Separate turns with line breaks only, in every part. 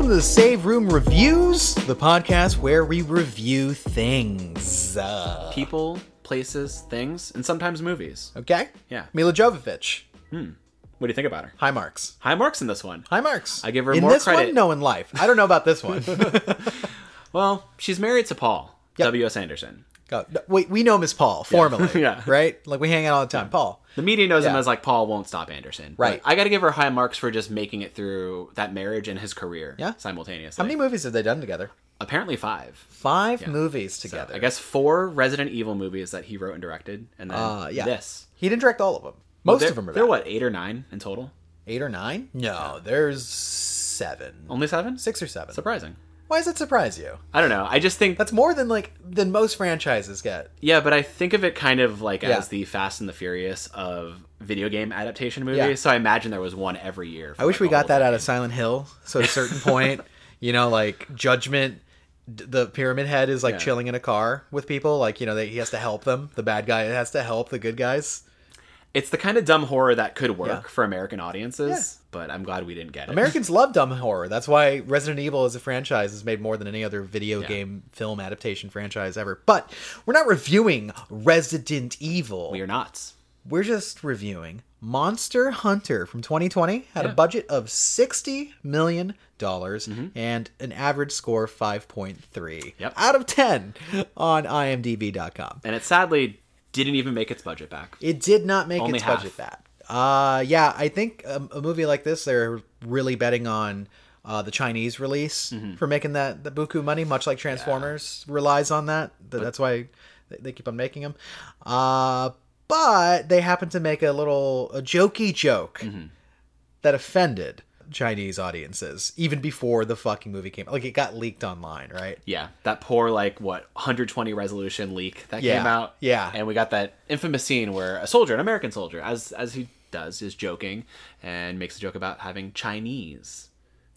to the Save Room Reviews, the podcast where we review things. Uh,
People, places, things, and sometimes movies.
okay?
Yeah.
Mila Jovovich.
What do you think about her?
High marks.
High marks in this one.
High marks.
I give her
in
more
this one,
credit.
no in life. I don't know about this one.
Well, she's married to Paul
Yep.
W.S. Anderson.
Go. No, Wait, we know Miss Paul formally,
Yeah.
right? Like we hang out all the time. Paul.
The media knows him
Yeah.
as like Paul won't stop Anderson. But
Right.
I got to give her high marks for just making it through that marriage and his career.
Yeah.
Simultaneously.
How many movies have they done together?
Apparently five.
Five movies together.
I guess four Resident Evil movies that he wrote and directed, and then
Uh, yeah.
this.
he didn't direct all of them. Most
They're-
of them are
They're
bad.
what eight or nine in total?
eight or nine. No, there's seven,
Only seven?
six or seven.
Surprising.
Why does it surprise you?
I don't know. I just think
That's more than like than most franchises get.
Yeah, but I think of it kind of like
Yeah.
as the Fast and the Furious of video game adaptation movies.
Yeah.
So I imagine there was one every year.
I wish we got that out of Silent Hill. So at a certain point, you know, like Judgment, d- the Pyramid Head is like
Yeah.
chilling in a car with people. Like you know, they, he has to help them. The bad guy has to help the good guys.
It's the kind of dumb horror that could work
Yeah.
for American audiences, but I'm glad we didn't get it.
Americans love dumb horror. That's why Resident Evil as a franchise is made more than any other video game film adaptation franchise ever. But we're not reviewing Resident Evil.
we are not.
We're just reviewing Monster Hunter from 2020. Had a budget of 60 million dollars and an average score of 5.3
Yep.
out of 10 on imdb.com.
And it sadly didn't even make its budget back.
It did not make
Only
its
half.
budget that. Uh, yeah, I think a, a movie like this, they're really betting on uh, the Chinese release
Mm-hmm.
for making that the buku money, much like Transformers relies on that. Th- That's why they- they keep on making them. Uh, but they happen to make a little a jokey joke
Mm-hmm.
that offended Chinese audiences even before the fucking movie came. Like it got leaked online, right?
Yeah, that poor like what 120 resolution leak that
Yeah,
came out.
yeah.
and we got that infamous scene where a soldier, an American soldier, as as he does, is joking and makes a joke about having Chinese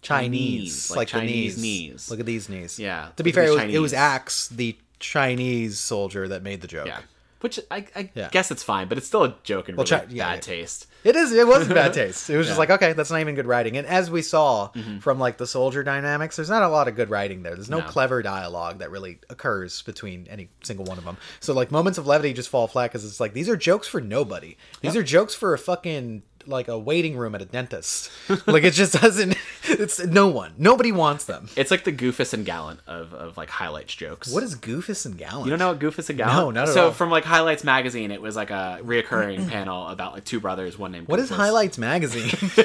Chinese,
Chinese,
like,
like
the
Chinese
knees.
knees.
Look at these knees.
Yeah,
To be
look at
fair, it was,
the
it was
Chinese.
Axe, the Chinese soldier, that made the joke.
Yeah. Which I, I
Yeah.
guess it's fine, but it's still a joke and really
Chi- yeah,
bad
yeah.
taste.
It is. It was bad taste. It was just like, okay, that's not even good writing. And as we saw
Mm-hmm.
from like the soldier dynamics, there's not a lot of good writing there. There's no, clever dialogue that really occurs between any single one of them. So like moments of levity just fall flat because it's like these are jokes for nobody. These are jokes for a fucking like a waiting room at a dentist. like it just doesn't. It's no one. Nobody wants them.
It's like the goofus and gallant of, of like highlights jokes.
What is Goofus and Gallant?
you don't know what goofus and gallant?
No, not at
so
all.
from like highlights magazine, it was like a reoccurring panel about like two brothers, one named.
What is Highlights Magazine?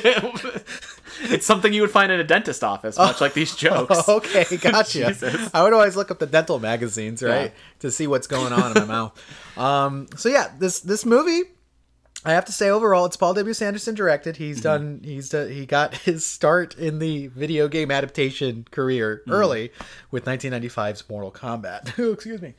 it's something you would find in a dentist office, much like these jokes.
Oh, okay, gotcha.
Jesus.
I would always look up the dental magazines, right,
Yeah.
to see what's going on in my mouth. Um, so yeah, this this movie, I have to say, overall, it's Paul W. Sanderson directed. He's
Mm-hmm.
done. He's done, he got his start in the video game adaptation career
Mm-hmm.
early with 1995's Mortal Kombat. Oh, Excuse me.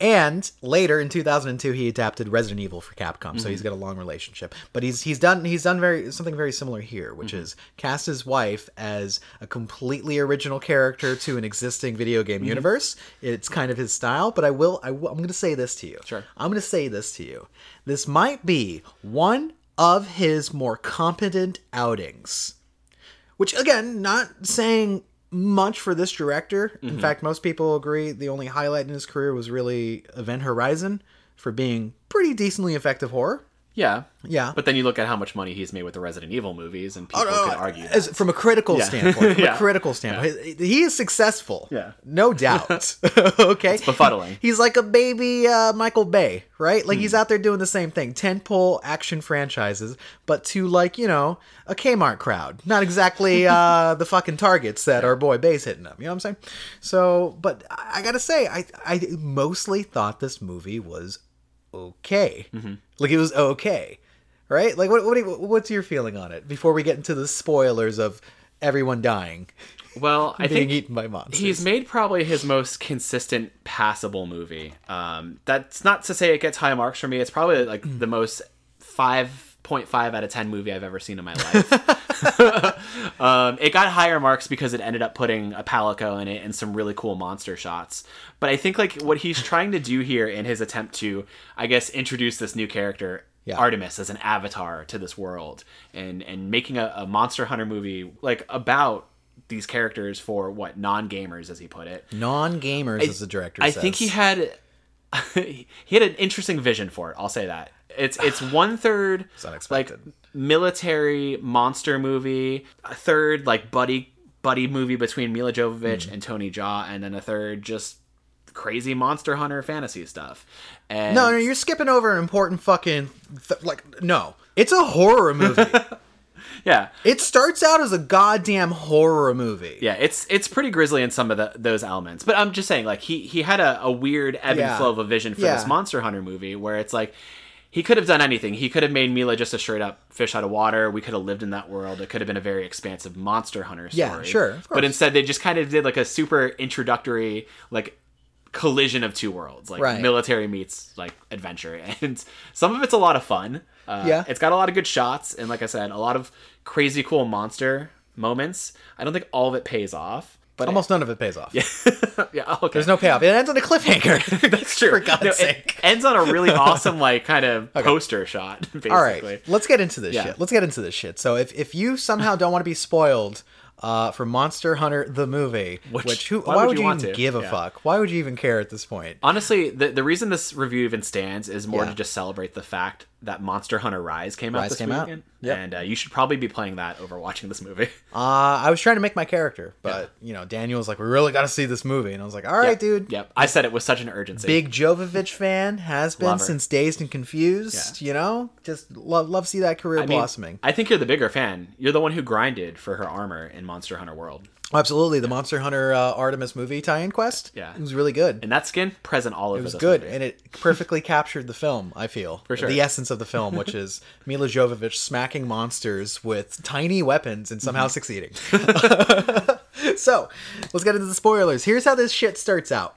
And later in 2002, he adapted Resident Evil for Capcom, so he's got a long relationship. But he's he's done he's done very something very similar here, which is cast his wife as a completely original character to an existing video game universe. It's kind of his style. But I will I will, I'm going to say this to you.
Sure.
I'm going to say this to you. This might be one of his more competent outings which again not saying much for this director
Mm-hmm.
in fact most people agree the only highlight in his career was really event horizon for being pretty decently effective horror
Yeah.
yeah
But then you look at how much money he's made with the Resident Evil movies, and
Oh,
people could argue. that.
as, from a critical standpoint from
Yeah.
a critical standpoint he is successful
Yeah.
no doubt okay it's
befuddling. Hmm.
he's like a baby uh, michael bay right like he's out there doing the same thing tentpole action franchises but to like you know a kmart crowd not exactly uh, the fucking targets that our boy bay's hitting up you know what i'm saying so but i, I gotta say I, I mostly thought this movie was okay
Mm-hmm.
like it was okay right? Like, what, what do you, what's your feeling on it before we get into the spoilers of everyone dying,
well, I
being
think
eaten by monsters?
He's made probably his most consistent passable movie. Um, that's not to say it gets high marks for me. It's probably like the most five point five out of ten movie I've ever seen in my life. um, it got higher marks because it ended up putting a palico in it and some really cool monster shots. But I think like what he's trying to do here in his attempt to, I guess, introduce this new character.
Yeah.
Artemis as an avatar to this world and and making a, a monster hunter movie like about these characters for what non gamers, as he put it.
Non gamers, as the director
I
says.
think he had he had an interesting vision for it. I'll say that it's it's one third like
unexpected.
military monster movie, a third like buddy buddy movie between Mila Jovovich
Hmm.
and Tony Jaa, and then a third just crazy monster hunter fantasy stuff. And
No, no, you're skipping over an important fucking. Th- like, no. It's a horror movie.
yeah,
it starts out as a goddamn horror movie.
yeah, it's it's pretty grisly in some of the, those elements. But I'm just saying, like he he had a, a weird ebb
Yeah.
and flow of a vision for
Yeah.
this Monster Hunter movie, where it's like he could have done anything. He could have made Mila just a straight up fish out of water. We could have lived in that world. It could have been a very expansive Monster Hunter story.
Yeah, sure, of
But
course.
instead, they just kind of did like a super introductory like collision of two worlds, like
Right.
military meets like adventure, and some of it's a lot of fun. Uh,
Yeah.
it's got a lot of good shots, and like I said, a lot of crazy cool monster moments. I don't think all of it pays off, but
Almost none of it pays off.
yeah, okay.
There's no payoff. It ends on a cliffhanger.
That's true.
For God's
No, it
sake.
ends on a really awesome like kind of poster shot. Basically,
All right, let's get into this
Yeah.
shit. Let's get into this shit. So if, if you somehow don't want to be spoiled uh, for Monster Hunter the movie, which,
Which-
who, why, would you,
want
even
to?
give a
Yeah.
fuck? Why would you even care at this point?
Honestly, the, the reason this review even stands is more
Yeah.
to just celebrate the fact that Monster Hunter Rise came out
Rise
this
came out.
weekend,
Yep.
and uh, you should probably be playing that over watching this movie.
Uh, I was trying to make my character, but you know, Daniel was like, "We really got to see this movie," and I was like, "All right, dude."
Yep, I said it with such an urgency.
Big Jovovich fan has been
Love her.
since Dazed and Confused. You know, just love love to see that career
I mean,
blossoming.
I think you're the bigger fan. You're the one who grinded for her armor in Monster Hunter World,
Absolutely, the Monster Hunter uh, Artemis movie tie-in quest.
Yeah.
it was really good.
and that skin present all over.
It was
this
good,
movie.
and it perfectly captured the film. I feel for
sure.
the essence of the film, which is Mila Jovovich smacking monsters with tiny weapons and
Mm-hmm.
somehow succeeding. so, let's get into the spoilers. Here's how this shit starts out.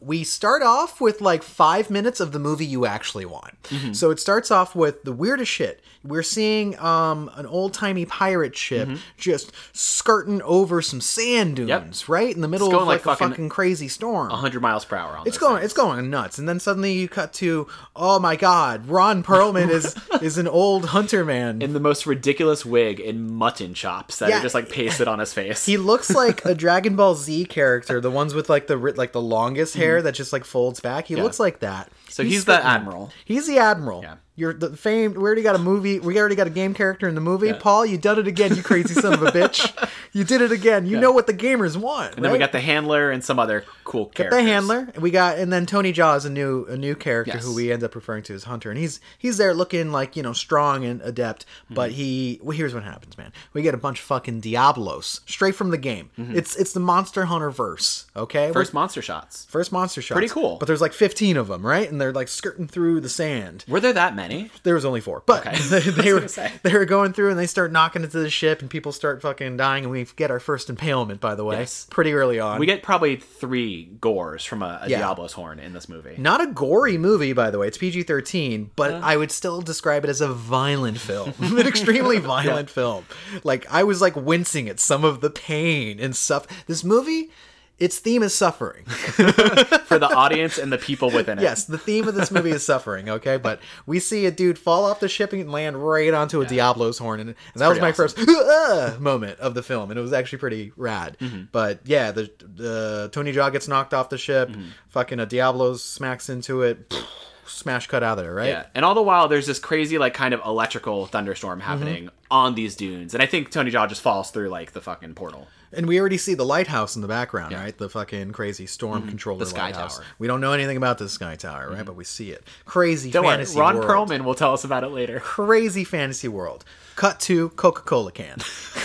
We start off with like five minutes of the movie you actually want.
Mm-hmm.
So it starts off with the weirdest shit. We're seeing um, an old timey pirate ship
Mm-hmm.
just skirting over some sand dunes, right in the middle
It's
of
going
like,
like
a
fucking-
fucking crazy storm.
100 miles per hour on
It's going, it's going nuts, and then suddenly you cut to, oh my god, Ron Perlman is is an old hunter man.
in the most ridiculous wig and mutton chops that
Yeah.
are just like pasted on his face.
He looks like a Dragon Ball Z character, the ones with like the ri- like the longest hair that just like folds back. He looks like that.
Mm. so he's, the
sitting-
admiral.
He's the admiral. You're the famed. We already got a movie. We already got a game character in the movie. Paul, you done it again. You crazy son of a bitch. You did it again. You know what the gamers want.
And then we got the handler and some other cool characters.
the handler and we got and then tony jaw is a new a new character
Yes.
who we end up referring to as hunter and he's he's there looking like you know strong and adept
Mhm.
but he well, here's what happens man we get a bunch of fucking diablos straight from the game it's it's the monster hunter verse okay We're-
Mhm. First monster shots.
first monster shots.
Pretty cool.
but there's like 15 of them right and they're like skirting through the sand
Were there that many?
there was only four, but
Okay.
they, they were
gonna say.
they were going through and they start knocking into the ship and people start fucking dying and we get our first impalement by the way,
Yes.
pretty early on.
We get probably three gores from a, a
Yeah.
Diablo's horn in this movie.
Not a gory movie, by the way. It's PG 13, but I would still describe it as a violent film, an extremely violent film. Like, I was like wincing at some of the pain and stuff. This movie, its theme is suffering.
For the audience and the people within it.
yes, the theme of this movie is suffering, okay? But we see a dude fall off the ship and land right onto a Diablo's horn. And, and that was my
pretty
first moment of the film. And it was actually pretty rad.
Mm-hmm.
But yeah, the, the Tony Jaw gets knocked off the ship.
Mm-hmm.
Fucking a Diablo smacks into it. Smash cut out of there, right?
Yeah. And all the while, there's this crazy, like, kind of electrical thunderstorm
Mm-hmm.
happening on these dunes. And I think Tony Jaw just falls through, like, the fucking portal.
And we already see the lighthouse in the background, right? The fucking crazy storm controller
Mm-hmm. The sky
lighthouse.
tower. Mm-hmm.
We don't know anything about this sky tower, right? But we see it. Crazy
Don't worry,
fantasy
Ron
world.
Perlman will tell us about it later.
Crazy fantasy world. Cut to Coca Cola can.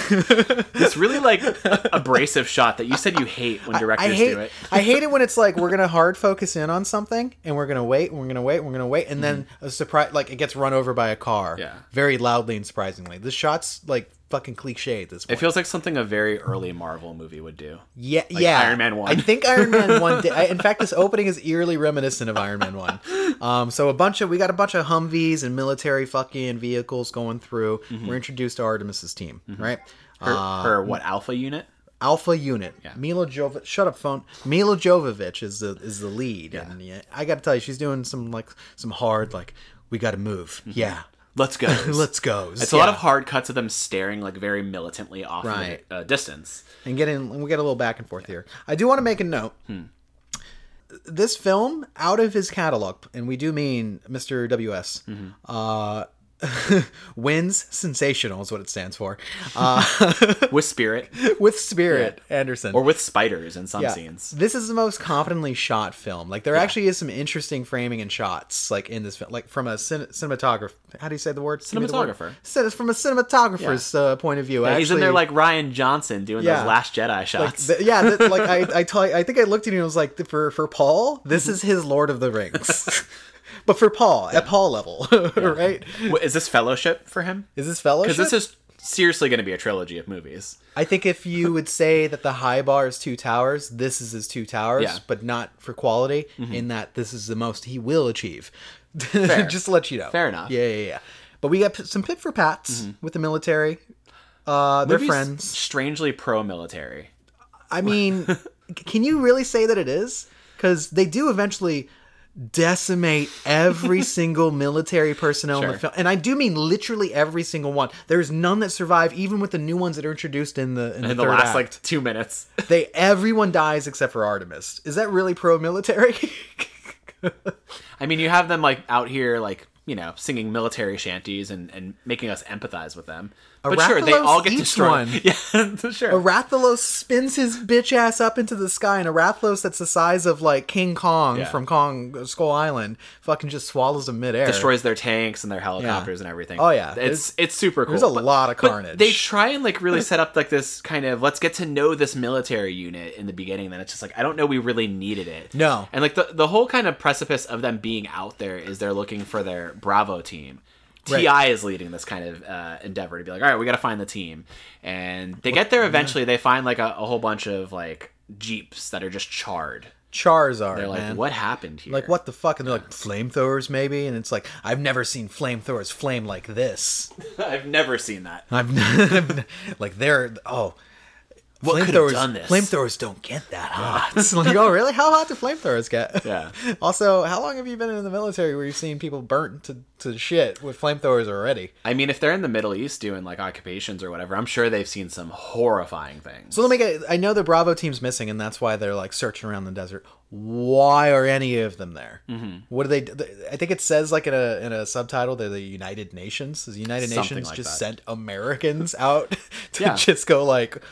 It's really, like, a- abrasive shot that you said you hate when directors
I hate.
do it.
I hate it when it's like we're gonna hard focus in on something, and we're gonna wait, and we're gonna wait, and we're gonna wait, and then a surprise, like it gets run over by a car,
Mm-hmm. Yeah.
very loudly and surprisingly. The shot's like fucking cliche at this point.
It feels like something a very early Marvel movie would do.
Yeah, yeah.
Iron Man 1.
I think Iron Man one. Did, I, in fact, this opening is eerily reminiscent of Iron Man one. Um, so a bunch of we got a bunch of Humvees and military fucking vehicles going through.
Mm-hmm.
We're introduced to Artemis's team, right?
Her,
Uh,
her what, Alpha Unit?
Alpha Unit. Mila Jovovich. Shut up, phone. Mila Jovovich is the is the lead, and yeah, I got to tell you, she's doing some like some hard like we got to move. Yeah.
let's go.
Let's go.
Mm-hmm. It's a lot of hard cuts of them staring like very militantly off
Right.
in the uh, distance.
and get in. We get a little back and forth here. I do want to make a note.
Hmm.
This film, out of his catalog, and we do mean Mr. WS,
Mm-hmm.
uh, wins sensational is what it stands for, uh,
With spirit
with Spirit Anderson.
or with spiders in some
Yeah.
scenes.
This is the most confidently shot film. Like there actually is some interesting framing and shots like in this film, like from a cin- cinematographer. How do you say the word? Give me the word.
Cinematographer.
So it's from a cinematographer's uh, point of view.
Yeah,
actually,
he's in there like Ryan Johnson doing
Yeah.
those Last Jedi shots.
Th- yeah, that, like I, I, tell, I think I looked at you and was like, for for Paul,
Mm-hmm.
this is his Lord of the Rings, but for Paul at Paul level, right?
Wh- Is this fellowship for him?
Is this
Because
fellowship?
this is seriously going to be a trilogy of movies.
I think if you would say that the high bar is two towers, this is his two towers,
Yeah. Mm-hmm.
but not for quality. In that this is the most he will achieve. Just to let you know.
Fair enough. Mm-hmm.
Yeah, yeah, yeah. But we got p- some pit for pats with the military. Uh, they're
Movie's
friends.
Strangely pro military.
I mean, c- can you really say that it is? Because they do eventually decimate every single military personnel in the
Sure.
film, and I do mean literally every single one. There's none that survive, even with the new ones that are introduced in the in,
In
the,
the last
act.
like two minutes.
They everyone dies except for Artemis. Is that really pro military?
I mean, you have them like out here, like you know, singing military shanties and, and making us empathize with them. But sure, they
Arapahoe's
all get
each
destroyed.
one.
Yeah, sure.
Arathalos spins his bitch ass up into the sky, and Arathalos, that's the size of like King Kong
Yeah.
from Kong Skull Island, fucking just swallows him midair.
destroys their tanks and their helicopters and everything.
Oh, yeah.
it's it's super cool.
There's a lot of carnage.
They try and like really set up like this kind of let's get to know this military unit in the beginning. Then it's just like I don't know we really needed it.
No.
and like the the whole kind of precipice of them being out there is they're looking for their Bravo team.
Right.
Ti is leading this kind of uh, endeavor to be like, all right, we got to find the team, and they get there eventually. They find like a, a whole bunch of like jeeps that are just charred.
Charizard,
They're like,
man.
what happened here?
Like what the fuck? And they're like flamethrowers, maybe. And it's like I've never seen flamethrowers flame like this.
I've never seen that.
I've like they're oh.
What could have done this?
Flamethrowers don't get that hot. It's like, oh really? How hot do flamethrowers get?
Yeah.
Also, how long have you been in the military where you've seen people burnt to, to shit with flamethrowers already?
I mean, if they're in the Middle East doing like occupations or whatever, I'm sure they've seen some horrifying things.
So let me get. I know the Bravo team's missing, and that's why they're like searching around the desert. Why are any of them there? Mm-hmm. What do they? I think it says like in a in a subtitle they're the United Nations. The United
Something
Nations
like
just
that.
sent Americans out to
Yeah.
just go like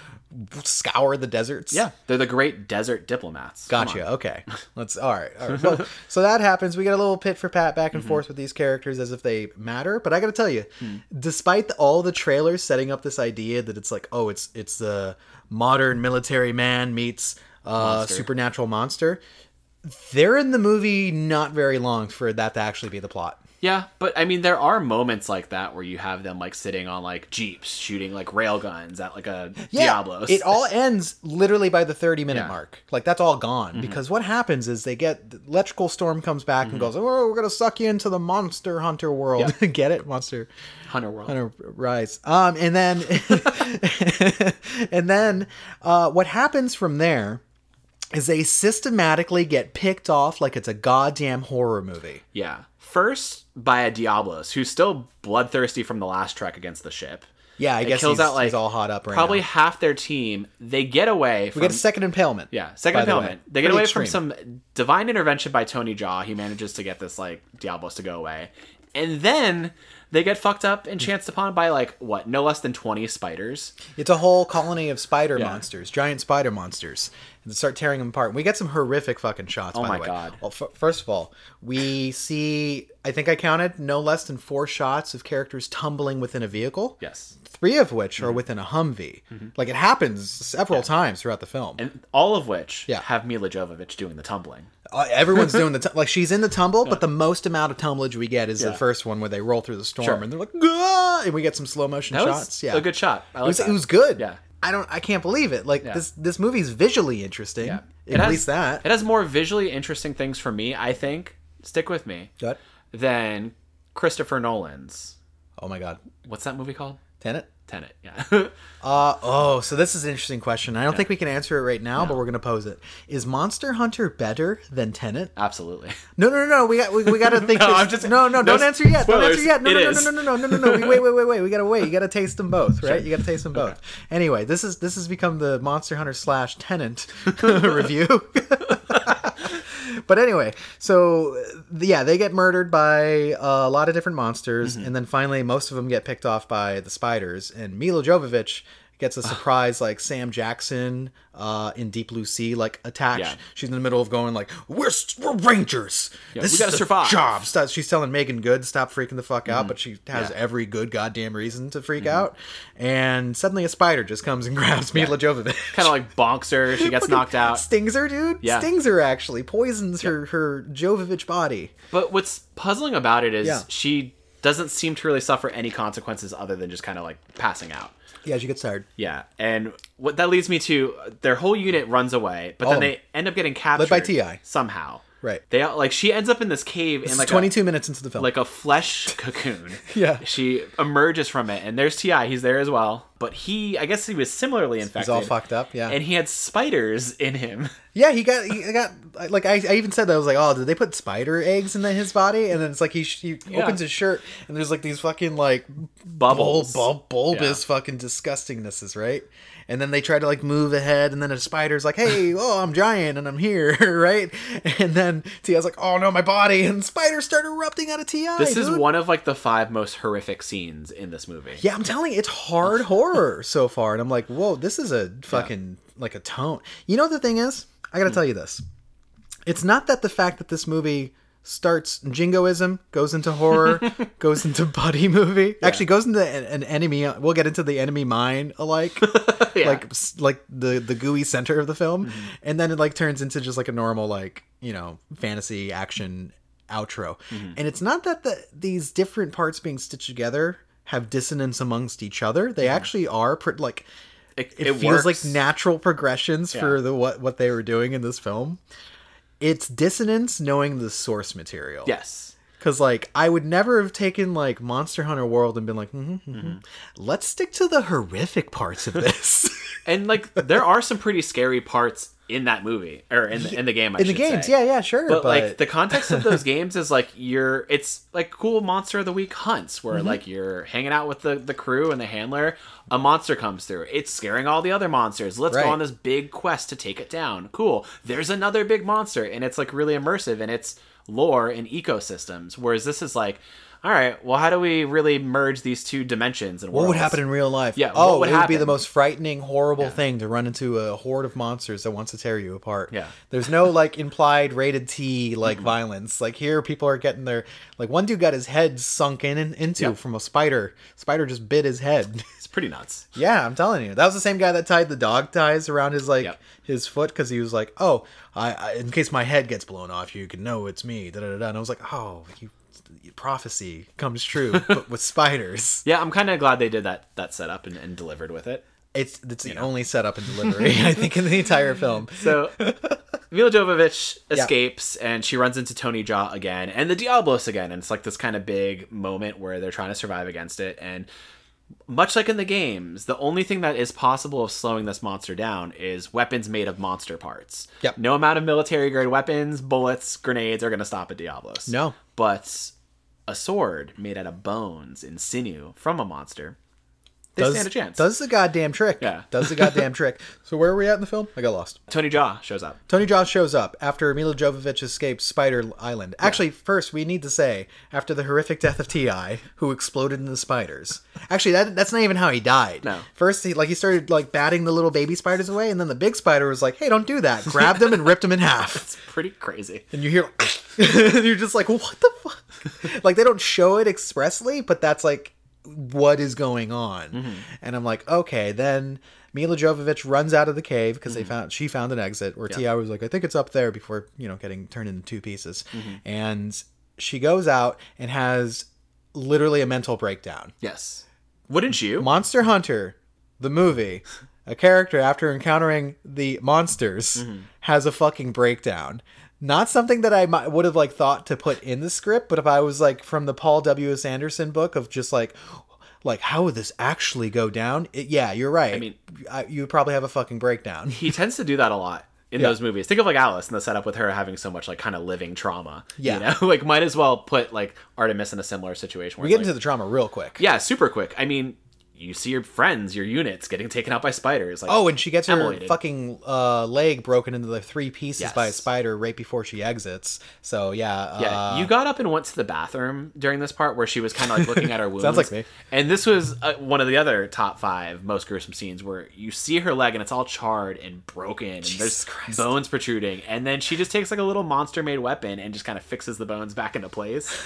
scour the deserts.
yeah, they're the great desert diplomats. Come on.
Gotcha. Okay. Let's. All right. All right. Well, so that happens. We get a little pit for pat back and
Mm-hmm.
forth with these characters as if they matter. But I got to tell you,
Hmm.
despite the, all the trailers setting up this idea that it's like, oh, it's it's the modern military man meets uh,
Monster.
supernatural monster. They're in the movie not very long for that to actually be the plot.
Yeah, but I mean, there are moments like that where you have them like sitting on like jeeps shooting like rail guns at like a Diablos.
It all ends literally by the 30 minute
Yeah. Mm-hmm.
mark. Like that's all gone because what happens is they get the electrical storm comes back and goes, "Oh, we're going to suck you into the monster hunter world." get it? Monster
Hunter World.
Hunter Rise. Um and then and then uh what happens from there is they systematically get picked off like it's a goddamn horror movie.
Yeah. First by a Diablos who's still bloodthirsty from the last trek against the ship.
Yeah, I
It
guess
kills
he's,
out, like,
he's all hot up right
Probably
now.
half their team. They get away. From,
We get a second impalement.
Yeah, second
by the way.
impalement. they get
Pretty
away
extreme.
from some divine intervention by Tony Jaw. He manages to get this like Diablos to go away, and then they get fucked up and chanced upon by like what no less than twenty spiders.
It's a whole colony of spider monsters, giant spider monsters, and they start tearing them apart. We get some horrific fucking shots. Oh by
my
the way.
God.
Well, f- first of all, we see I think I counted no less than four shots of characters tumbling within a vehicle.
Yes,
Three of which
Mm-hmm.
are within a Humvee. Like it happens several times throughout the film.
and all of which
Yeah.
have Mila Jovovich doing the tumbling.
Uh, everyone's doing the t- like she's in the tumble, but the most amount of tumblage we get is the
Yeah.
first one where they roll through the storm
Sure.
and they're like, "Gah!" and we get some slow motion
That
shots.
was
yeah,
a good shot. I
it
like
was,
that.
it was good.
Yeah.
I don't. I can't believe it. Like
Yeah.
this. This movie's visually interesting.
Yeah.
At least that.
It has more visually interesting things for me. I think. Stick with me.
What?
Than Christopher Nolan's.
Oh my god.
What's that movie called?
Tenet.
Tenet. Yeah.
Uh, oh, so this is an interesting question. I don't think we can answer it right now, but we're gonna pose it. Is Monster Hunter better than Tenet?
Absolutely.
No, no, no, no. We got we, we got to think.
No,
this-
I'm just-
no, no.
no
Don't answer yet. Don't answer
spoilers.
yet. No,
It
no, no,
is.
no, no, no, no, no, no, no. We, wait, wait, wait, wait. We gotta wait. You gotta taste them both, right? You gotta taste them both. Anyway, this is this has become the Monster Hunter slash Tenant review. but anyway, so uh, yeah, they get murdered by uh, a lot of different monsters,
Mm-hmm.
and then finally, most of them get picked off by the spiders. And Milo Jovovich gets a surprise like Sam Jackson uh, in Deep Blue Sea like attack.
Yeah.
She's in the middle of going like, "We're, s- we're rangers. this
we
is
gotta
the
survive." Mm-hmm.
Job." Stop- She's telling Megan Good stop freaking the fuck out, but she has every good goddamn reason to freak out. And suddenly, a spider just comes and grabs Milo Jovovich.
Kind of like bonks her. She gets
Fucking
knocked out.
Stings her, dude.
Yeah.
Stings her actually. Poisons her her Jovovich body.
But what's puzzling about it is
Yeah.
she doesn't seem to really suffer any consequences other than just kind of like passing out.
Yeah, she gets tired.
Yeah, and what that leads me to uh, their whole unit runs away, but then
of
they end up getting captured
Oh. by TI.
somehow.
Right.
They all- like she ends up in this cave in
It's
like a-
22 minutes into the film.
like a flesh cocoon.
Yeah.
She emerges from it, and there's Ti. He's there as well, but he, I guess, he was similarly infected.
He's all fucked up. Yeah.
and he had spiders in him.
yeah, he got he got like I, I even said that I was like, oh, did they put spider eggs in the- his body? And then it's like he, sh- he
Yeah.
opens his shirt and there's like these fucking like
Bubbles.
bul- bul- bulbous fucking disgustingnesses, right? And then they try to like move ahead, and then a spider's like, "Hey, oh, I'm giant, and I'm here, right?" And then Ti's like, "Oh no, my body!" And spiders start erupting out of Ti.
This is
dude.
one of like the five most horrific scenes in this movie.
Yeah, I'm telling you, it's hard horror so far, and I'm like, whoa, this is a fucking like a tone. You know what the thing is? I gotta tell you this. It's not that the fact that this movie starts jingoism, goes into horror, goes into buddy movie, actually goes into an, an enemy. We'll get into the enemy mine alike,
Yeah. Mm-hmm.
like s- like the the gooey center of the film, and then it like turns into just like a normal like you know fantasy action outro.
Mm-hmm.
And it's not that the these different parts being stitched together have dissonance amongst each other. They actually are pr- like
it,
it,
Mm-hmm. it
feels
works.
like natural progressions for
Yeah.
the what what they were doing in this film. It's dissonance knowing the source material.
Yes.
Cause like I would never have taken like Monster Hunter World and been like, mm-hmm, let's stick to the horrific parts of this.
And like there are some pretty scary parts in that movie or in the, in the game. I
in the
should
games,
say.
yeah, yeah, sure. But,
But, like the context of those games is like you're it's like cool monster of the week hunts where
Mm-hmm.
like you're hanging out with the the crew and the handler a monster comes through it's scaring all the other monsters let's
Right.
go on this big quest to take it down cool there's another big monster and it's like really immersive and it's lore and ecosystems whereas this is like all right well how do we really merge these two dimensions and
what would happen in real life?
Yeah,
Oh,
what would
it would be the
happen?
most frightening, horrible thing to run into a horde of monsters that wants to tear you apart.
Yeah.
There's no like implied rated T like violence. Like here, people are getting their like one dude got his head sunk in and into
Yeah.
from a spider. Spider just bit his head.
it's pretty nuts
Yeah, I'm telling you, that was the same guy that tied the dog ties around his like
Yep.
his foot because he was like, "Oh, I, I in case my head gets blown off, you can know it's me." Da da da. da. And I was like, "Oh, you, prophecy comes true, but with spiders."
yeah i'm kind of glad they did that that setup and, and delivered with it
It's it's the only setup and delivery I think in the entire film.
So Mila Jovovich escapes and she runs into Tony Jaa again and the Diablos again. And it's like this kind of big moment where they're trying to survive against it. And much like in the games, the only thing that is possible of slowing this monster down is weapons made of monster parts.
Yep.
No amount of military grade weapons, bullets, grenades are going to stop a Diablos.
No.
But a sword made out of bones and sinew from a monster, they
does,
stand a chance.
Does the goddamn trick?
Yeah.
does the goddamn trick. So where are we at in the film? I got lost.
Tony Jaa shows up.
Tony Josh shows up after Milo Jovovich escapes Spider Island. Actually, first we need to say after the horrific death of Ti, who exploded into spiders. Actually, that that's not even how he died.
No.
First, he like he started like batting the little baby spiders away, and then the big spider was like, "Hey, don't do that!" Grabbed him and ripped him in half.
It's pretty crazy.
And you hear, and you're just like, "What the fuck?" like they don't show it expressly, but that's like what is going on. And I'm like, okay, then Mila Jovovich runs out of the cave because they found she found an exit where Ti was like, I think it's up there before you know getting turned into two pieces, and she goes out and has literally a mental breakdown.
Yes. Wouldn't you?
Monster Hunter, the movie, a character after encountering the monsters
Mm-hmm.
has a fucking breakdown. Not something that I might, would have like thought to put in the script, but if I was like from the Paul W. S. Anderson book of just like like how would this actually go down? It, yeah, you're right. I
mean-
you would probably have a fucking breakdown.
he tends to do that a lot in those movies. Think of like Alice and the setup with her having so much like kind of living trauma.
Yeah.
You know, like might as well put like Artemis in a similar situation. Where
We get
it's
into
like,
the trauma real quick.
yeah, super quick. I mean, you see your friends, your units getting taken out by spiders. Like,
Oh, and she gets her
Emulated.
fucking uh, leg broken into the three pieces by a
Yes.
spider right before she exits. So yeah,
Yeah,
uh,
you got up and went to the bathroom during this part where she was kind of like looking at her wounds.
like me.
And this was uh, one of the other top five most gruesome scenes where you see her leg and it's all charred and broken. And
Jesus
there's
Christ.
bones protruding, and then she just takes like a little monster-made weapon and just kind of fixes the bones back into place.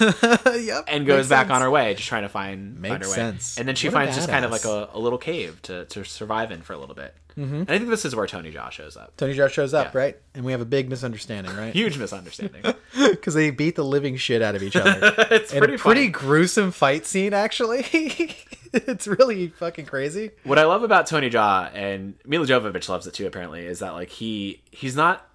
uh, yep,
and goes
makes
back
sense.
on her way, just trying to find, find
Makes
her way.
sense.
And then she
What a
finds just kind of
badass.
like a, a little cave to, to survive in for a little bit. Mm-hmm. And I think this is where Tony Jaa shows up.
Tony Jaa shows up, right? And we have a big misunderstanding, right?
Huge misunderstanding.
Because they beat the living shit out of each other.
it's
in
pretty
a
funny.
pretty gruesome fight scene, actually. it's really fucking crazy.
What I love about Tony Jaa and Mila Jovovich loves it too. Apparently, is that like he he's not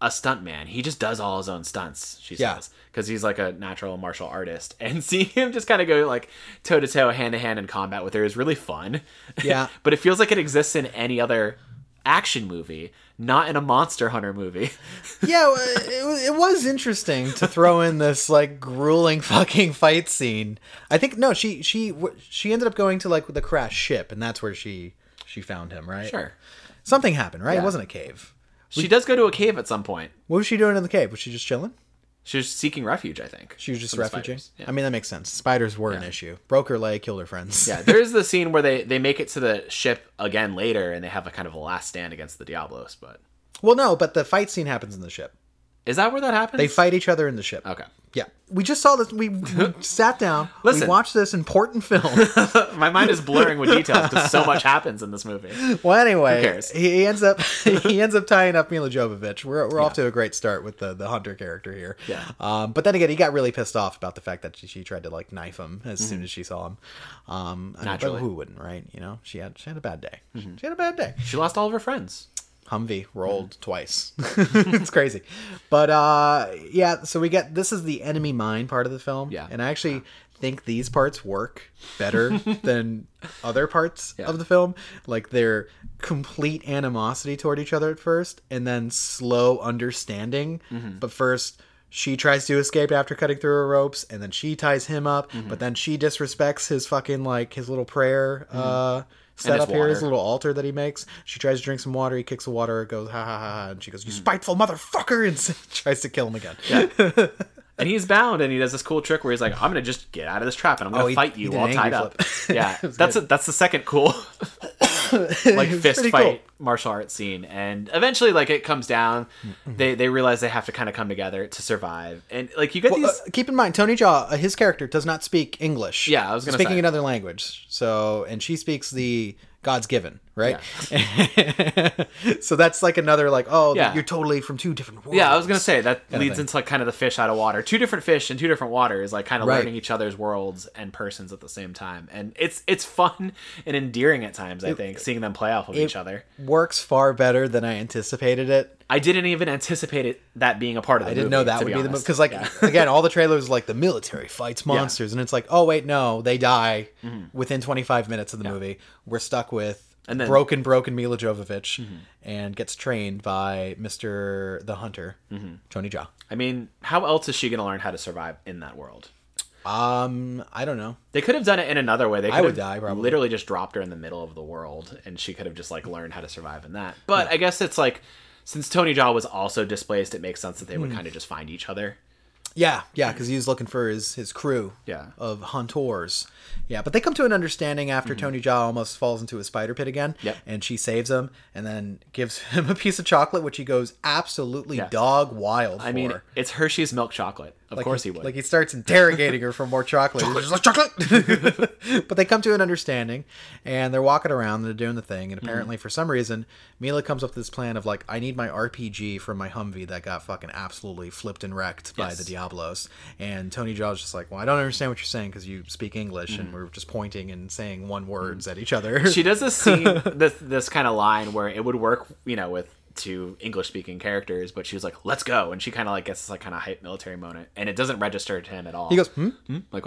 a stunt man. He just does all his own stunts. She
Yeah.
says because he's like a natural martial artist, and seeing him just kind of go like toe to toe, hand to hand in combat with her is really fun.
Yeah.
but it feels like it exists in any other action movie, not in a monster hunter movie.
Yeah, w- it, wa- it was interesting to throw in this like grueling fucking fight scene. I think no, she she w- she ended up going to like the crashed ship, and that's where she she found him, right?
sure,
Something happened, right? It wasn't a cave.
she does go to a cave at some point.
What was she doing in the cave? Was she just chilling?
She's seeking refuge, I think.
She was just
from the
refugee.
spiders. Yeah.
I mean, that makes sense. Spiders were an issue. Broke her leg, killed her friends.
Yeah, there is the scene where they they make it to the ship again later, and they have a kind of a last stand against the Diablos. But
Well, no, but the fight scene happens in the ship.
is that where that happens?
They fight each other in the ship.
okay.
Yeah. We just saw this. We, we sat down. We
Listen.
watched this important film.
My mind is blurring with details because so much happens in this movie.
well, anyway,
cares?
He, he ends up he ends up tying up Mila Jovovich. We're, we're off to a great start with the, the hunter character here.
Yeah.
Um, but then again, he got really pissed off about the fact that she, she tried to like knife him as soon as she saw him. Um, I mean,
Mm-hmm. Naturally. Mm-hmm.
but who wouldn't, right? You know, she had she had a bad day. She had a bad day.
She lost all of her friends.
Humvee rolled
Mm-hmm.
twice. it's crazy. But uh yeah, so we get this is the enemy mind part of the film.
Yeah.
And I actually think these parts work better than other parts of the film. Like their complete animosity toward each other at first and then slow understanding.
Mm-hmm.
But first she tries to escape after cutting through her ropes and then she ties him up,
Mm-hmm.
but then she disrespects his fucking like his little prayer uh
Mm-hmm.
set
his
up here, his
water.
little altar that he makes. She tries to drink some water. He kicks the water, goes ha ha ha, ha and she goes, "You spiteful motherfucker!" and s- tries to kill him again.
And he's bound, and he does this cool trick where he's like, "I'm gonna just get out of this trap, and I'm gonna
Oh, he-
fight
he
you
did
all
an
tied
angry
up." Yeah, that's a, that's the second cool, like
was
fist
pretty
fight martial arts scene, and eventually, like it comes down, they they realize they have to kind of come together to survive, and like you get
Uh,
these
keep in mind, Tony Jaw, uh, his character does not speak English.
Yeah, I was gonna
speaking
say.
another language. So, and she speaks the God's given, right? so that's like another like, oh,
Yeah.
you're totally from two different worlds.
Yeah, I was gonna say that leads
thing.
into like kind of the fish out of water. Two different fish in two different waters, like kind of
Right.
learning each other's worlds and persons at the same time, and it's it's fun and endearing at times. I think seeing them play off of each other.
works far better than I anticipated it.
I didn't even anticipate it that being a part of the
I didn't
movie,
know that
to
would be, the movie
honest.
because, like, again, all the trailers like the military fights monsters, and it's like, oh wait, no, they die within 25 minutes of the movie. We're stuck with
Mm-hmm. And then- Mm-hmm.
broken, broken Mila Jovovich, and gets trained by Mister the Hunter,
Mm-hmm.
Tony Jaa.
I mean, how else is she gonna learn how to survive in that world?
Um, I don't know.
They could have done it in another way. They could
would
have
die, probably.
literally just dropped her in the middle of the world, and she could have just like learned how to survive in that. But I guess it's like since Tony Jaa was also displaced, it makes sense that they
Hmm.
would kind of just find each other.
Yeah, yeah, because he was looking for his his crew.
Yeah.
Of hunters. Yeah, but they come to an understanding after Tony Jaa almost falls into a spider pit again.
Mm-hmm. Yep.
And she saves him and then gives him a piece of chocolate, which he goes absolutely
Yes.
dog wild for.
I mean, it's Hershey's milk chocolate. Of course he would.
Like he starts interrogating her for more chocolate. He's just like, chocolate! but they come to an understanding and they're walking around and they're doing the thing.
Mm-hmm.
And apparently, for some reason, Mila comes up with this plan of like, I need my RPG from my Humvee that got fucking absolutely flipped and wrecked by the Diablos. And Tony Jaa's just like, Well, I don't understand what you're saying because you speak English and
Mm-hmm.
we're just pointing and saying one words at each other.
she does this scene, this this kind of line where it would work, you know, with to English speaking characters, but she was like, "Let's go," and she kind of like gets this like kind of hype military moment, and it doesn't register to him at all.
He goes, hmm?
like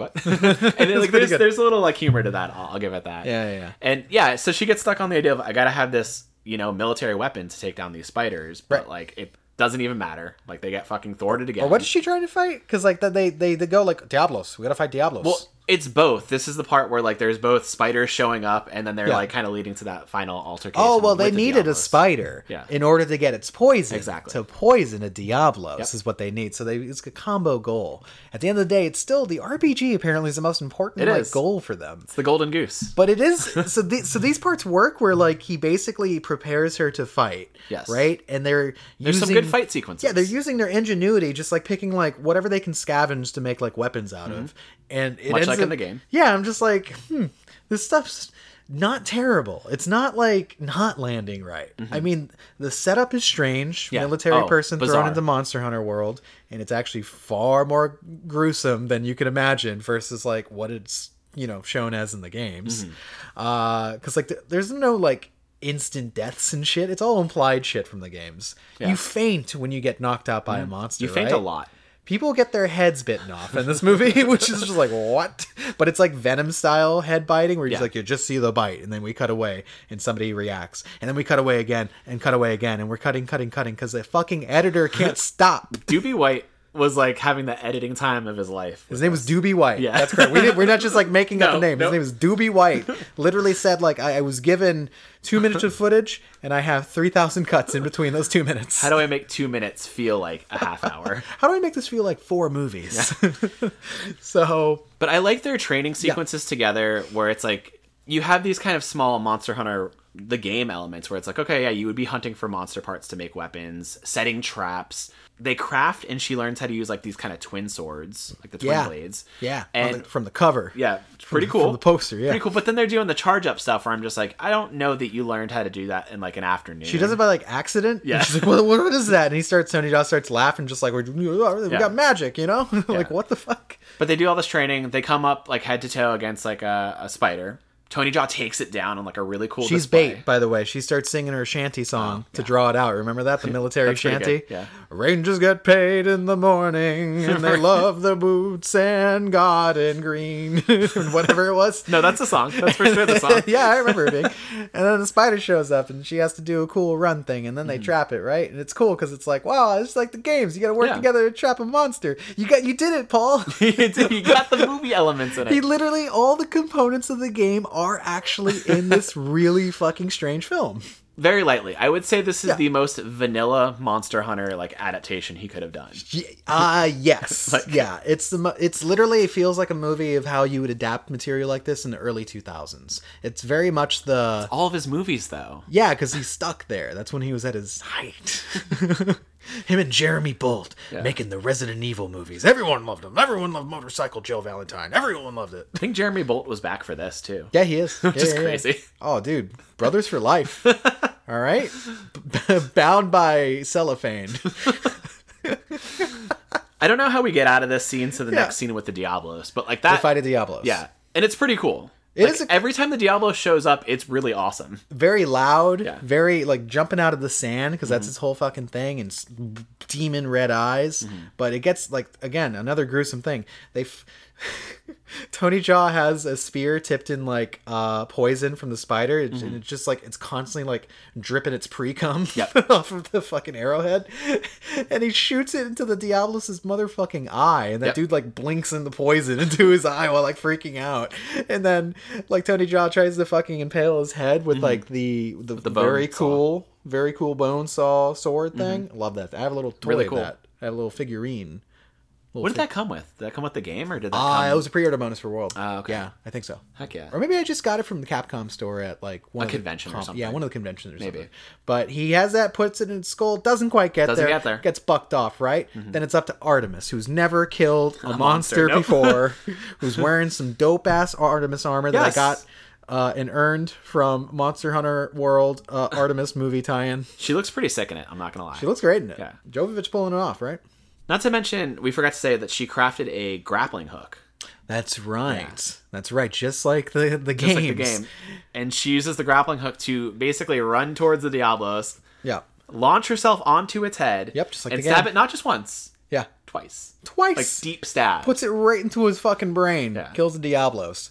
what? and then, like
pretty
there's,
good.
there's a little like humor to that. I'll, I'll give it that.
Yeah, yeah, yeah.
And yeah, so she gets stuck on the idea of I gotta have this you know military weapon to take down these spiders, but
Right.
like it doesn't even matter. Like they get fucking thwarted again.
Or what is she trying to fight? Because like that they, they they go like Diablos. We gotta fight Diablos.
Well, it's both. This is the part where like there's both spiders showing up, and then they're
Yeah.
like kind of leading to that final altercation.
oh well, they
with the
needed a
Diablos.
spider
Yeah.
in order to get its poison.
Exactly.
To poison a Diablos is what they need. So they it's a combo goal. At the end of the day, it's still the RPG. Apparently, is the most important
It
like,
is.
goal for them.
It's the golden goose.
But it is so. The, so these parts work where like he basically prepares her to fight.
Yes.
Right, and they're
There's
using,
some good fight sequences.
Yeah, they're using their ingenuity, just like picking like whatever they can scavenge to make like weapons out of, and it
Mm-hmm. Much
ends
like in
up-
the game.
Yeah, I'm just like, hmm, this stuff's not terrible. It's not like not landing right. I mean, the setup is strange.
Mm-hmm. Yeah.
Military
Oh,
person
bizarre.
thrown into Monster Hunter world, and it's actually far more gruesome than you can imagine versus like what it's you know shown as in the games.
Mm-hmm.
Uh, because like th- there's no like instant deaths and shit. It's all implied shit from the games. You faint when you get knocked out by a monster.
Mm-hmm. You faint a
right?
lot.
People get their heads bitten off in this movie, which is just like what? But it's like Venom style head biting, where you're just
Yeah.
like you just see the bite, and then we cut away, and somebody reacts, and then we cut away again, and cut away again, and we're cutting, cutting, cutting, because the fucking editor can't stop.
Doobie White was like having the editing time of his life.
His name was Doobie White.
Yeah.
that's correct. We did, we're not just like making up
No,
a name. His
no.
name is Doobie White. Literally said like I, I was given two minutes of footage, and I have three thousand cuts in between those two minutes.
How do I make two minutes feel like a half hour?
How do I make this feel like four movies? so
But I like their training sequences together where it's like you have these kind of small Monster Hunter the game elements where it's like, okay, yeah, you would be hunting for monster parts to make weapons, setting traps. They craft and she learns how to use like these kind of twin swords, like the twin
Yeah.
blades.
yeah, on
And
the- from the cover.
yeah, it's pretty
the-
cool.
from the poster, yeah.
Pretty cool. But then they're doing the charge up stuff where I'm just like, I don't know that you learned how to do that in like an afternoon.
She does it by like accident.
Yeah.
And she's like, what, what, what is that? And he starts, Tony Jaa starts laughing, just like, we we
Yeah.
got magic, you know? like,
Yeah.
what the fuck?
But they do all this training. They come up like head to toe against like a, a spider. Tony Jaw takes it down on like a really cool.
She's
display.
bait, by the way. She starts singing her shanty song to draw it out. Remember that? The military
Oh, That's pretty
shanty?
good, yeah.
Rangers get paid in the morning and they love their boots and God in green. and whatever it was.
No, that's a song. That's for sure the song.
yeah, I remember it being. And then the spider shows up, and she has to do a cool run thing, and then
Mm-hmm.
they trap it, right? And it's cool because it's like, wow, it's like the games. You got to work
Yeah.
together to trap a monster. You got, you did it, Paul.
you got the movie elements in
he
it.
literally, all the components of the game are actually in this really fucking strange film.
Very lightly. I would say this is
Yeah.
the most vanilla Monster Hunter like adaptation he could have done.
Ye- Ah, yes,
Like-
yeah. It's the mo- it's literally it feels like a movie of how you would adapt material like this in the early two thousands. It's very much the
All of his movies though.
Yeah, because he's stuck there. That's when he was at his height. Him and Jeremy Bolt making the Resident Evil movies. Everyone loved him. Everyone loved Motorcycle Joe Valentine. Everyone loved it.
I think Jeremy Bolt was back for this too.
Yeah, he is.
is
Yeah, yeah, yeah.
crazy.
Oh, dude, brothers for life. All right, B- bound by cellophane.
I don't know how we get out of this scene to the
Yeah.
next scene with the Diablos, but like
They
that
fight at Diablos.
Yeah. And it's pretty cool.
It
It
is
is
a-
every time the Diablo shows up, it's really awesome.
very loud,
Yeah. Mm-hmm.
very like jumping out of the sand because that's his whole fucking thing, and s- demon red eyes.
Mm-hmm.
But it gets like again another gruesome thing. They f- Tony Jaw has a spear tipped in like uh, poison from the spider, and-
Mm-hmm.
and it's just like it's constantly like dripping its pre cum
Yep.
off of the fucking arrowhead, and he shoots it into the Diabolus' motherfucking eye, and that
Yep.
dude like blinks in the poison into his eye while like freaking out, and then like Tony Jaw tries to fucking impale his head with like the the,
Mm-hmm. bone
very
saw. Mm-hmm.
cool, very cool bone saw sword thing. Love that. I have a little toy
Really
of
cool.
that. I have a little figurine.
What did that come with? Did that come with the game or did that
Ah,
come
it was a pre-order bonus for World.
Ah, okay.
Yeah, I think so.
Heck yeah.
Or maybe I just got it from the Capcom store at like one
A
of the
convention or something.
Yeah, one of the conventions or
Maybe.
something. But he has that, puts it in his skull, doesn't quite get
Doesn't
there,
get there. Mm-hmm.
gets bucked off, right? Then it's up to Artemis, who's never killed a, monster,
monster, nope.
before, who's wearing some dope ass Artemis armor
Yes.
that I got uh, and earned from Monster Hunter World uh, Artemis movie tie-in.
She looks pretty sick in it, I'm not gonna lie.
She looks great in it.
Yeah.
Jovovich pulling it off, right?
Not to mention, we forgot to say that she crafted a grappling hook.
That's right. That's right. Just like the the games.
Just like the game. And she uses the grappling hook to basically run towards the Diablos,
Yeah.
launch herself onto its head.
Yep, just like
and
the game.
stab it not just once,
Yeah.
twice,
Twice.
like deep stab.
Puts it right into his fucking brain.
Yeah.
Kills the Diablos.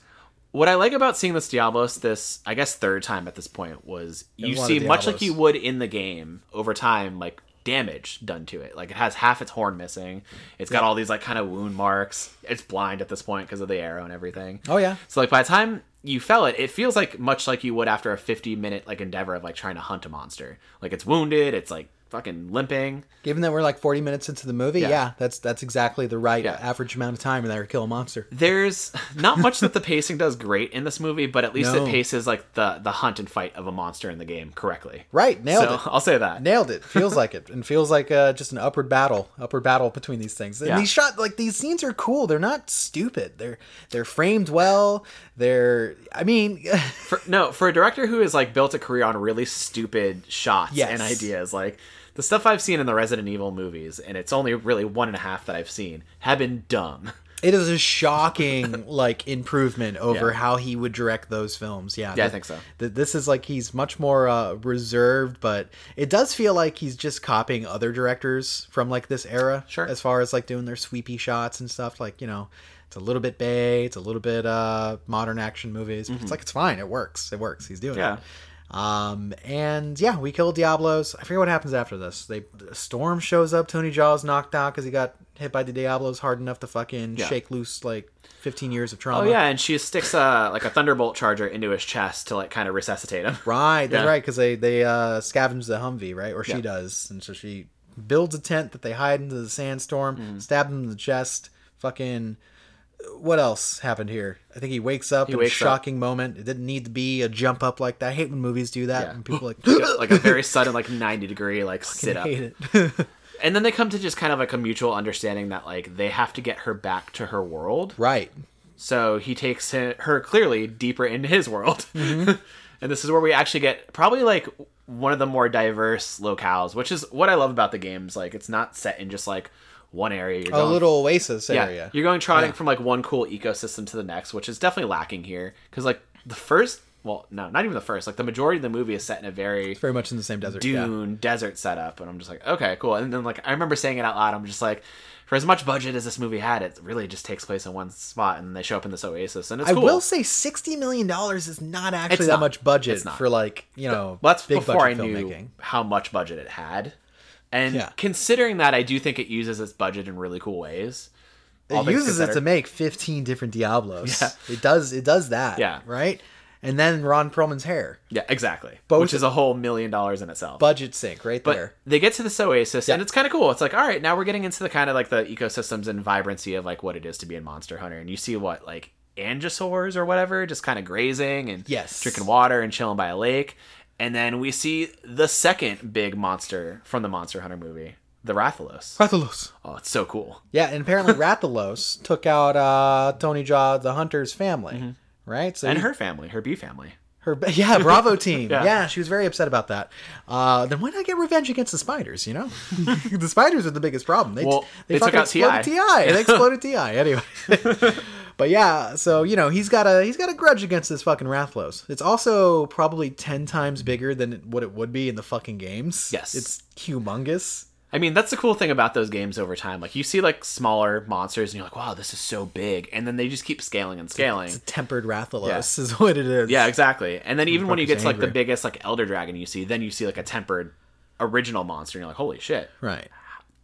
what I like about seeing this Diablos this I guess third time at this point was you
There's a lot
see
of
much like
Diablos.
you would in the game over time like damage done to it. Like it has half its horn missing. It's got all these like kind of wound marks. It's blind at this point because of the arrow and everything.
Oh, yeah.
So like by the time you fell it, it feels like much like you would after a 50 minute like endeavor of like trying to hunt a monster. Like it's wounded, it's like fucking limping.
Given that we're like 40 minutes into the movie, yeah, that's that's exactly the right
Yeah.
average amount of time in there to kill a monster.
there's not much that the pacing does great in this movie, but at least
No.
it paces like the the hunt and fight of a monster in the game correctly.
Right, nailed
so
it.
I'll say that.
Nailed it. Feels like it, and feels like uh, just an upward battle, upward battle between these things. And
Yeah.
these shot, like these scenes, are cool. They're not stupid. They're they're framed well. They're, I mean,
For, no, for a director who has like built a career on really stupid shots
Yes.
and ideas, like the stuff I've seen in the Resident Evil movies, and it's only really one and a half that I've seen, have been dumb.
it is a shocking like improvement over
Yeah.
how he would direct those films. Yeah,
Yeah, I
th-
think so.
th- this is like he's much more uh, reserved, but it does feel like he's just copying other directors from like this era.
Sure.
as far as like doing their sweepy shots and stuff, like you know. It's a little bit Bay. It's a little bit uh, modern action movies. It's like it's fine. It works. It works. He's doing
Mm-hmm. Yeah.
it. Um, and yeah, we kill Diablos. I forget what happens after this. They a storm shows up. Tony Jaw's knocked out because he got hit by the Diablos hard enough to fucking
Yeah.
shake loose like 15 years of trauma.
Oh yeah, and she sticks a like a thunderbolt charger into his chest to like kind of resuscitate him.
Right, that's
Yeah.
right, because they they uh, scavenge the Humvee, right? Or she
Yeah.
does, and so she builds a tent that they hide into the sandstorm,
Mm-hmm.
stab him in the chest. Fucking, what else happened here? I think he wakes up in
wakes
a
up.
shocking moment. It didn't need to be a jump up like that. I hate when movies do that,
Yeah.
and people are like
like a very sudden like 90 degree like sit up.
hate it.
and then they come to just kind of like a mutual understanding that like they have to get her back to her world
right,
so he takes he- her clearly deeper into his world
Mm-hmm.
and this is where we actually get probably like one of the more diverse locales which is what i love about the games like it's not set in just like one area you're
a
going
little oasis
yeah,
area.
you're going trotting from like one cool ecosystem to the next which is definitely lacking here because like the first well no not even the first like the majority of the movie is set in a very
Very much in the same desert. yeah.
dune desert setup and i'm just like okay cool and then like i remember saying it out loud i'm just like for as much budget as this movie had it really just takes place in one spot and they show up in this oasis and it's
I
cool
will say sixty million dollars is not actually that
not.
much budget
It's not.
for like you know
Well, that's
big
before i
budget
knew
filmmaking.
how much budget it had and
Yeah.
considering that i do think it uses its budget in really cool ways All
It
things
uses it to
considered.
make fifteen different Diablos. It does. It does that.
Yeah.
Right. And then Ron Perlman's hair
yeah exactly
Both-
which is a whole million dollars in itself
budget sink right there.
they get to this oasis and it's kind of cool it's like all right now we're getting into the kind of like the ecosystems and vibrancy of like what it is to be in monster hunter and you see what like angosaurs or whatever just kind of grazing and
Yes.
drinking water and chilling by a lake and then we see the second big monster from the monster hunter movie the rathalos
Rathalos.
oh it's so cool
Yeah, and apparently Rathalos took out uh, Tony Jaw, the hunter's family. Right. So
Mm-hmm. and
he-
her family her bee family
her, yeah, Bravo team. yeah.
Yeah.
she was very upset about that. Uh, then why not get revenge against the spiders? You know, the spiders are the biggest problem. They
Well, they took
fucking
out T.I..
exploded Ti. They exploded Ti. Anyway. But yeah, so you know he's got a he's got a grudge against this fucking Rathlos. It's also probably ten times bigger than it- what it would be in the fucking games.
Yes.
it's humongous.
I mean, that's the cool thing about those games over time. Like, you see, like, smaller monsters, and you're like, wow, this is so big. And then they just keep scaling and scaling.
It's a tempered Rathalos, is what it is.
Yeah, exactly. And then even when you get
fucker's
to like the
angry.
biggest like elder dragon you see, then you see like a tempered original monster, and you're like, holy shit,
right.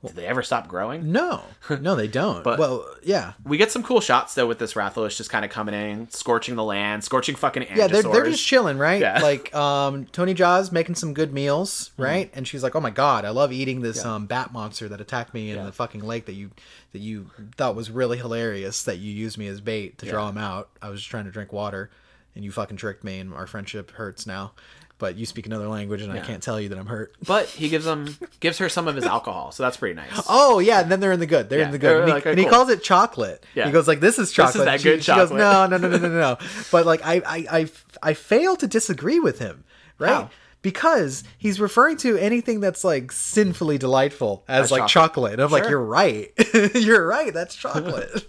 did they ever stop growing?
No, no, they don't.
But-
well, yeah,
We get some cool shots though with this Rathalos just kind of coming in, scorching the land, scorching fucking
yeah, they're,
Angosaurs.
they're just chilling, right?
Yeah.
Like, um, Tony Jaws making some good meals, right? And she's like, "Oh my god, I love eating this um bat monster that attacked me in the fucking lake that you that you thought was really hilarious that you used me as bait to draw him out. I was just trying to drink water, and you fucking tricked me, and our friendship hurts now. But you speak another language, and I can't tell you that I'm hurt."
But he gives them gives her some of his alcohol, so that's pretty nice.
Oh yeah, and then they're in the good. They're in
Yeah,
the
they're
good. And, he,
like, "Okay,
and he
cool."
calls it chocolate.
Yeah.
He goes like, "This is chocolate."
that
And
good
she, she goes,
chocolate.
"No, no, no, no, no, no." But like, I, I, I, I fail to disagree with him, right?
How?
because he's referring to anything that's like sinfully delightful as
As
like chocolate.
chocolate.
And I'm like,
Sure.
you're right, you're right. That's chocolate.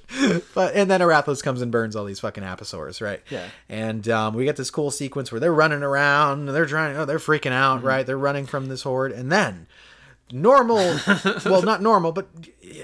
but and then Arathos comes and burns all these fucking aposaurs, right?
Yeah.
And um, we get this cool sequence where they're running around, and they're trying, oh, they're freaking out,
Mm-hmm.
right? They're running from this horde, and then normal, well, not normal, but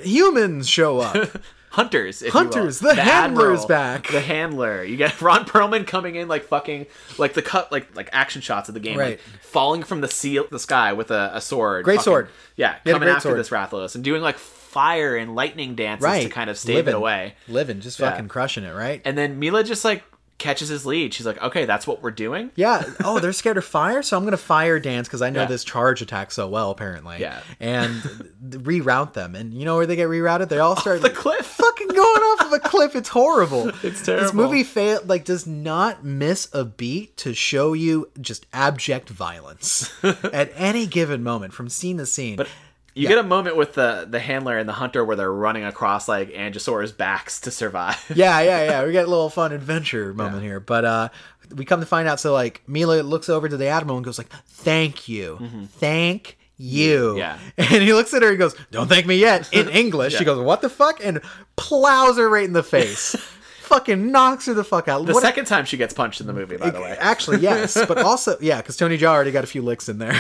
humans show up.
Hunters, if
Hunters,
you will.
the handler's
admiral,
back.
The handler. You get Ron Perlman coming in like fucking like the cut like like action shots of the game,
Right.
like falling from the sea the sky with a, a sword.
Great
fucking-
sword.
Yeah,
He had a
coming
great
after
sword.
this Rathalos and doing like fire and lightning dances
right
to kind of stave
living,
it away.
living just
Yeah.
fucking crushing it right
And then Mila just like catches his lead. She's like, "Okay, that's what we're doing."
yeah oh they're scared of fire so i'm gonna fire dance because i know
Yeah.
this charge attack so well apparently
Yeah.
and th- reroute them and you know where they get rerouted they all start
The cliff.
fucking going off of a cliff it's horrible
It's
this
terrible.
movie fail like does not miss a beat to show you just abject violence at any given moment from scene to scene
But you get a moment with the the handler and the hunter where they're running across like Angosaurus backs to survive.
yeah, yeah, yeah. We got a little fun adventure moment here, but uh, we come to find out. So like, Mila looks over to the admiral and goes like, "Thank you, thank you."
Mm-hmm. Yeah.
And he looks at her and goes, "Don't thank me yet." In English, she goes, "What the fuck?" and plows her right in the face. Fucking knocks her the fuck out.
The
What a-
second time she gets punched in the movie, by the way.
Actually, yes, but also yeah, because Tony Jaa already got a few licks in there,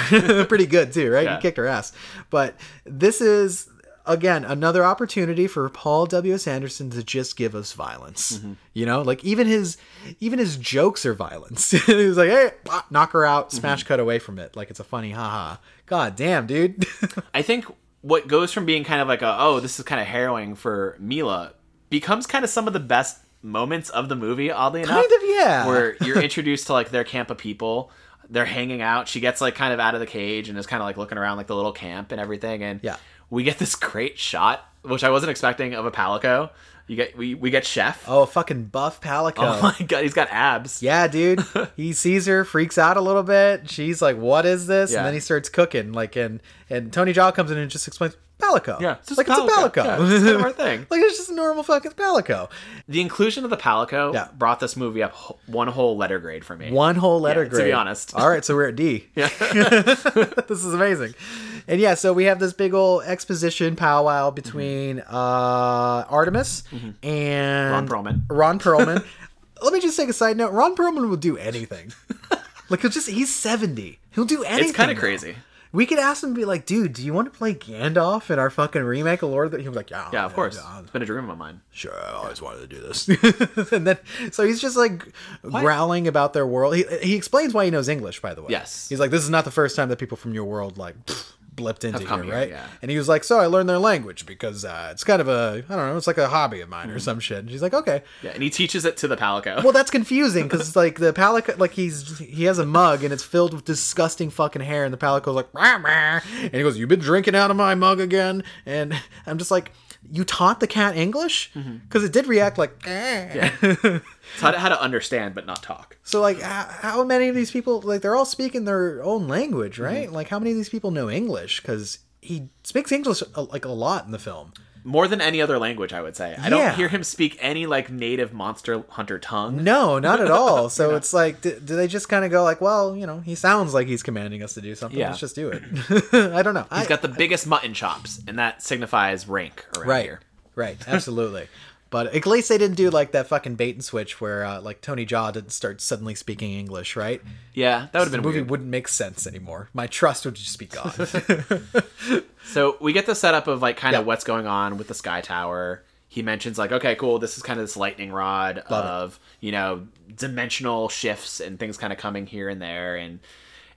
pretty good too, right?
Yeah.
He kicked her ass. But this is again another opportunity for Paul W. S. Anderson to just give us violence.
Mm-hmm.
You know, like even his even his jokes are violence. he was like, hey, ah, knock her
Mm-hmm.
out, smash cut away from it, like it's a funny haha. God damn, dude.
I think what goes from being kind of like a oh this is kind of harrowing for Mila becomes kind of some of the best moments of the movie oddly enough
Kind of, yeah.
where you're introduced to like their camp of people they're hanging out she gets like kind of out of the cage and is kind of like looking around like the little camp and everything and
Yeah.
we get this great shot which I wasn't expecting of a palico you get we, we get chef
oh, fucking buff palico.
oh my god he's got abs
Yeah, dude. he sees her, freaks out a little bit. She's like, "What is this?"
Yeah.
And then he starts cooking. Like, and and Tony Jaw comes in and just explains palico.
Yeah, it's just
like it's a
palico.
palico.
Yeah, it's kind of our thing.
like it's just a normal fucking palico.
the inclusion of the palico
Yeah.
brought this movie up wh- one whole letter grade for me
One whole letter
Yeah, to be
grade.
honest.
All right, so we're at D. Yeah. this is amazing. And yeah, so we have this big old exposition
Mm-hmm.
powwow between uh, Artemis and
Ron Perlman.
Ron Perlman. Let me just take a side note. Ron Perlman will do anything. like he'll just he's 70. He'll do anything.
it's kind of
now.
crazy
We could ask him to be like, dude, do you want to play Gandalf in our fucking remake of Lord of the He was like, yeah.
yeah of course
yeah,
it's been a dream of mine
sure, I always wanted to do this. and then, so he's just like growling about their world. He, he explains why he knows English, by the way.
Yes.
He's like, this is not the first time that people from your world, like, pfft, blipped into here,
come here,
right?
yeah.
And he was like, so I learned their language because uh, it's kind of a, I don't know, it's like a hobby of mine or some shit. And she's like, okay.
Yeah, and he teaches it to the Palico.
Well, that's confusing because it's like the palico, like he's he has a mug and it's filled with disgusting fucking hair, and the palico's like, "Rah, rah," and he goes, "You've been drinking out of my mug again," and I'm just like, "You taught the cat English?" Because it did react like, "Eh."
it's how to, how to understand but not talk.
so like, how, how many of these people like they're all speaking their own language, right? Like, how many of these people know English? Because he speaks English uh, like a lot in the film.
More than any other language, I would say. I don't
Yeah.
hear him speak any like native monster hunter tongue.
No, not at all. So it's like, do, do they just kind of go like, well, you know, he sounds like he's commanding us to do something.
Yeah.
Let's just do it. I don't know. I,
He's got the biggest mutton chops, and that signifies rank around
right,
here.
right, absolutely. But at least they didn't do like that fucking bait and switch where uh, like Tony Jaw didn't start suddenly speaking English, right?
Yeah, that would have
The
Mm-hmm. been
movie
weird.
wouldn't make sense anymore. My trust would just be gone.
So we get the setup of like kind of what's going on with the Sky Tower. He mentions like, okay, cool, this is kind of this lightning rod of, you know, dimensional shifts and things kind of coming here and there and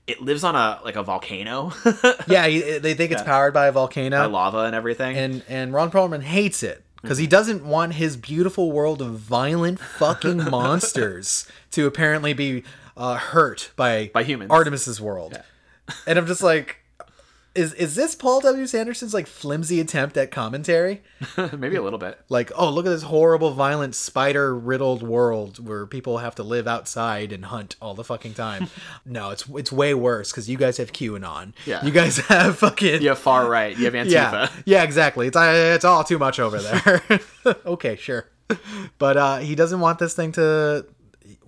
it lives on a like a volcano,
yeah, he- they think it's powered by a volcano.
lava and everything.
and and Ron Perlman hates it because
Mm-hmm.
he doesn't want his beautiful world of violent fucking monsters to apparently be uh, hurt by
By humans.
Artemis's world, and I'm just like. Is, is this Paul W. Sanderson's like flimsy attempt at commentary?
Maybe a little bit.
Like, oh, look at this horrible, violent, spider riddled world where people have to live outside and hunt all the fucking time. no, it's it's way worse because you guys have QAnon.
Yeah.
You guys have fucking
You have far right. You have Antifa.
yeah, yeah, exactly. It's uh, it's all too much over there. okay, sure, but uh, he doesn't want this thing to.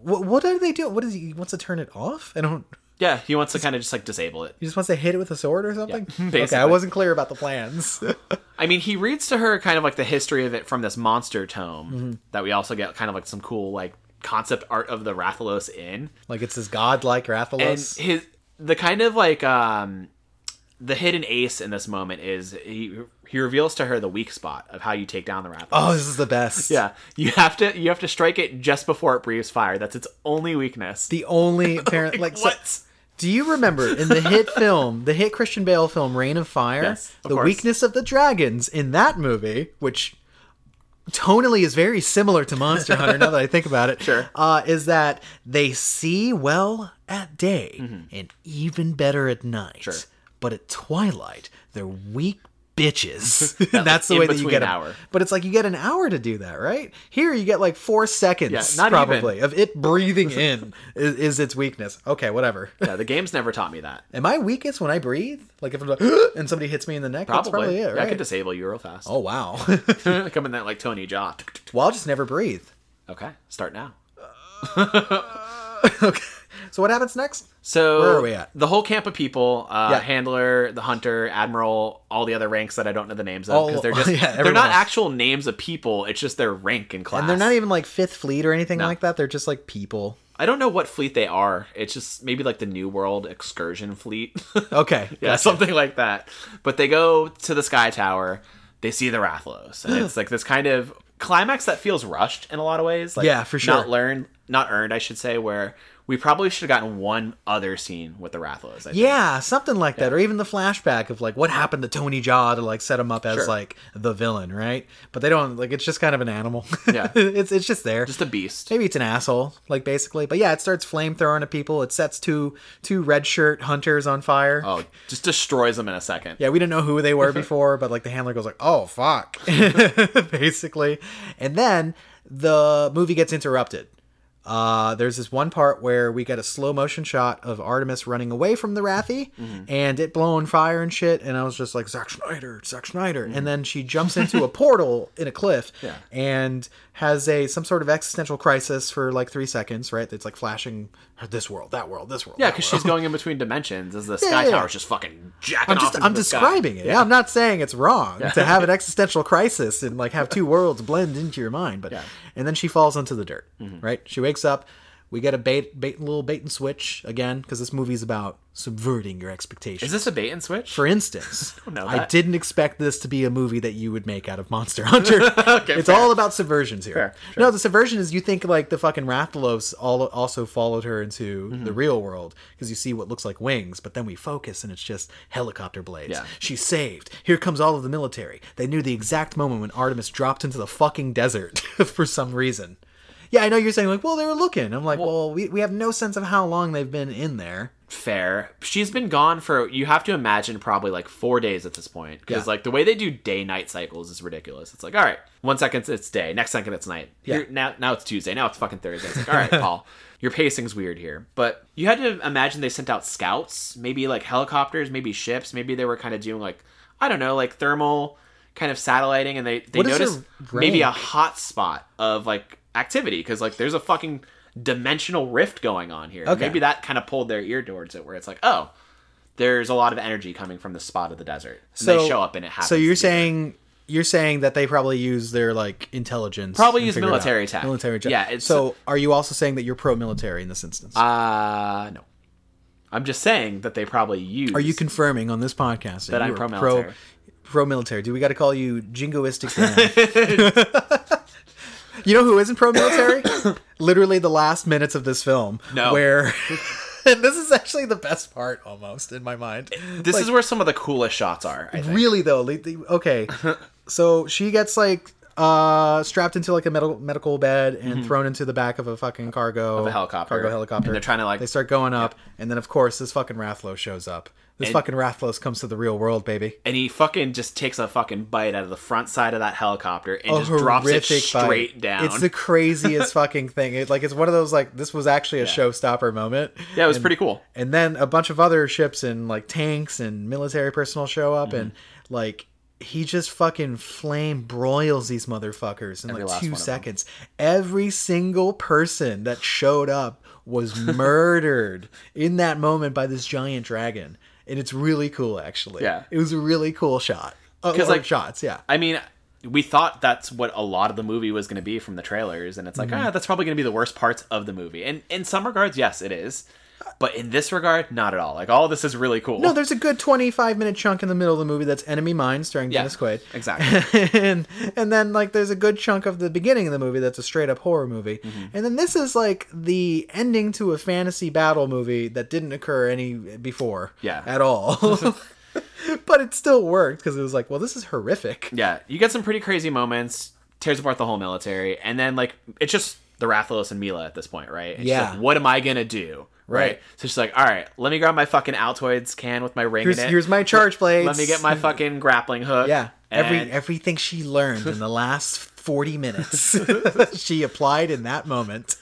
What, what are they doing? What is he? He wants to turn it off. I don't.
Yeah, he wants to kind of just like disable it.
He just wants to hit it with a sword or something. okay, I
basically.
wasn't clear about the plans.
I mean, he reads to her kind of like the history of it from this monster tome
Mm-hmm.
that we also get kind of like some cool like concept art of the Rathalos Inn.
like it's this godlike
and
Rathalos.
his the kind of like um the hidden ace in this moment is he he reveals to her the weak spot of how you take down the Rathalos.
oh, this is the best.
Yeah, you have to you have to strike it just before it breathes fire. That's its only weakness.
The only apparent like so-
what?
do you remember in the hit film, the hit Christian Bale film Reign of Fire,
Yes, of
the
course.
weakness of the dragons in that movie, which tonally is very similar to Monster Hunter now that I think about it,
Sure.
uh, is that they see well at day and even better at night.
Mm-hmm. Sure.
But at twilight, they're weak bitches. That's the way that you
in-between
get 'em.
hour.
But it's like you get an hour to do that, right? Here you get like four seconds,
not even.
probably, of it breathing in is, is its weakness. Okay, whatever.
yeah, the game's never taught me that.
Am I weakest when I breathe? Like if I'm like, and somebody hits me in the neck, that's
Probably,
probably it,
Yeah, I
right?
could disable you real fast.
oh wow.
Come in that like Tony Jaw.
well, I'll just never breathe.
Okay, start now.
okay. So what happens next?
So
Where are we at?
The whole camp of people, uh,
Yeah.
handler, the hunter, admiral, all the other ranks that I don't know the names of
All-
because they're just
yeah,
they're
everyone
not
else.
actual names of people. It's just their rank and class.
And they're not even like Fifth Fleet or anything like that. They're just like people.
I don't know what fleet they are. It's just maybe like the New World Excursion Fleet.
Okay.
yeah, something like that. But they go to the Sky Tower. They see the Rathalos, and it's like this kind of climax that feels rushed in a lot of ways. Like,
Yeah, for sure.
Not learned, not earned, I should say. Where we probably should have gotten one other scene with the Rathalos. I think.
Yeah, something like that, or even the flashback of like what happened to Tony Jaw to like set him up as
Sure.
like the villain, right? But they don't like it's just kind of an animal.
Yeah.
it's it's just there.
just a beast.
Maybe it's an asshole, like basically. But yeah, it starts flamethrowing at people. It sets two two red shirt hunters on fire.
Oh, just destroys them in a second.
Yeah, we didn't know who they were before, but like the handler goes like, "Oh fuck," basically, and then the movie gets interrupted. Uh, there's this one part where we get a slow motion shot of Artemis running away from the Wrathy
Mm-hmm.
and it blowing fire and shit, and I was just like, "Zack Snyder, Zack Snyder," and then she jumps into a portal in a cliff
Mm-hmm. Yeah.
and has a some sort of existential crisis for like three seconds, right? It's like flashing this world, that world, this world.
Yeah,
that
because
world.
she's going in between dimensions as the Sky
yeah, yeah.
Tower's just fucking jacking
I'm
off
just
into
I'm
the sky.
describing it. Yeah. I'm not saying it's wrong to have an existential crisis and like have two worlds blend into your mind. But and then she falls into the dirt. Right? She wakes up. We get a bait, bait, little bait and switch again because this movie's about subverting your expectations.
Is this a bait and switch?
For instance, I,
know that.
didn't expect this to be a movie that you would make out of Monster Hunter. it's all about subversions here.
Fair,
No, the subversion is you think like the fucking Rathalos all also followed her into
Mm-hmm.
the real world because you see what looks like wings, but then we focus and it's just helicopter blades.
Yeah.
She's saved. Here comes all of the military. They knew the exact moment when Artemis dropped into the fucking desert for some reason. Yeah, I know you're saying like, well, they were looking. I'm like, well, we, we have no sense of how long they've been in there.
Fair. She's been gone for you have to imagine probably like four days at this point because
Yeah.
like the way they do day night cycles is ridiculous. It's like all right, one second it's day, next second it's night.
Yeah.
Here- now now it's Tuesday, now it's fucking Thursday. It's like all right, Paul, your pacing's weird here, but you had to imagine they sent out scouts, maybe like helicopters, maybe ships, maybe they were kind of doing like I don't know, like thermal kind of satelliting, and they they
What is their
noticed maybe a
rank?
hot spot of like activity because like there's a fucking dimensional rift going on here.
Okay.
Maybe that kind of pulled their ear towards it, where it's like, oh, there's a lot of energy coming from the spot of the desert. And they show up and it happens.
So you're
to be-
saying you're saying that they probably use their like intelligence,
Probably
and
use
figure it
military
out.
tech.
military tech.
Yeah, it's-
so are you also saying that you're pro-military in this instance?
uh, no. I'm just saying that they probably use.
are you confirming on this podcast that
I'm
you are
pro-military.
Pro military. Do we got to call you jingoistic? Dan? you know who isn't pro military? Literally the last minutes of this film.
No.
Where. and this is actually the best part almost in my mind.
This is where some of the coolest shots are. I think.
Really though, le- the- okay. so she gets like uh strapped into like a medical medical bed and thrown into the back of a fucking cargo
Mm-hmm. a helicopter.
Cargo helicopter.
And they're trying to, like-
they start going up, and then of course this fucking Rathlos shows up. This fucking Rathlos comes to the real world, baby.
And he fucking just takes a fucking bite out of the front side of that helicopter and
A
just drops it
horrific bite.
straight down.
It's the craziest fucking thing. It, like it's one of those like this was actually a showstopper moment.
yeah, it was
And-
pretty cool. Mm-hmm.
and then a bunch of other ships and like tanks and military personnel show up and like he just fucking flame broils these motherfuckers in
Every
like
last
two
one of 'em.
seconds. Every single person that showed up was murdered in that moment by this giant dragon, and it's really cool actually.
Yeah.
it was a really cool shot. Because
like-
like shots, yeah.
I mean, we thought that's what a lot of the movie was going to be from the trailers, and it's like,
Mm-hmm.
ah, that's probably going to be the worst parts of the movie. And in some regards, yes, it is, but in this regard, not at all. Like all this is really cool.
No, there's a good 25 minute chunk in the middle of the movie that's Enemy Mine starring
Yeah,
Dennis Quaid.
exactly.
and and then like there's a good chunk of the beginning of the movie that's a straight up horror movie.
Mm-hmm.
And then this is like the ending to a fantasy battle movie that didn't occur any before
Yeah.
at all. but it still worked because it was like, well, this is horrific.
yeah, you get some pretty crazy moments. Tears apart the whole military, and then like it's just the Rathalos and Mila at this point, right? And she's
Yeah.
like, what am I gonna do? Right.
Right.
So she's like, all right, let me grab my fucking Altoids can with my ring
Here's,
in it.
here's my charge blades.
Let me get my fucking grappling hook.
Yeah. Every
and-
everything she learned in the last 40 minutes she applied in that moment.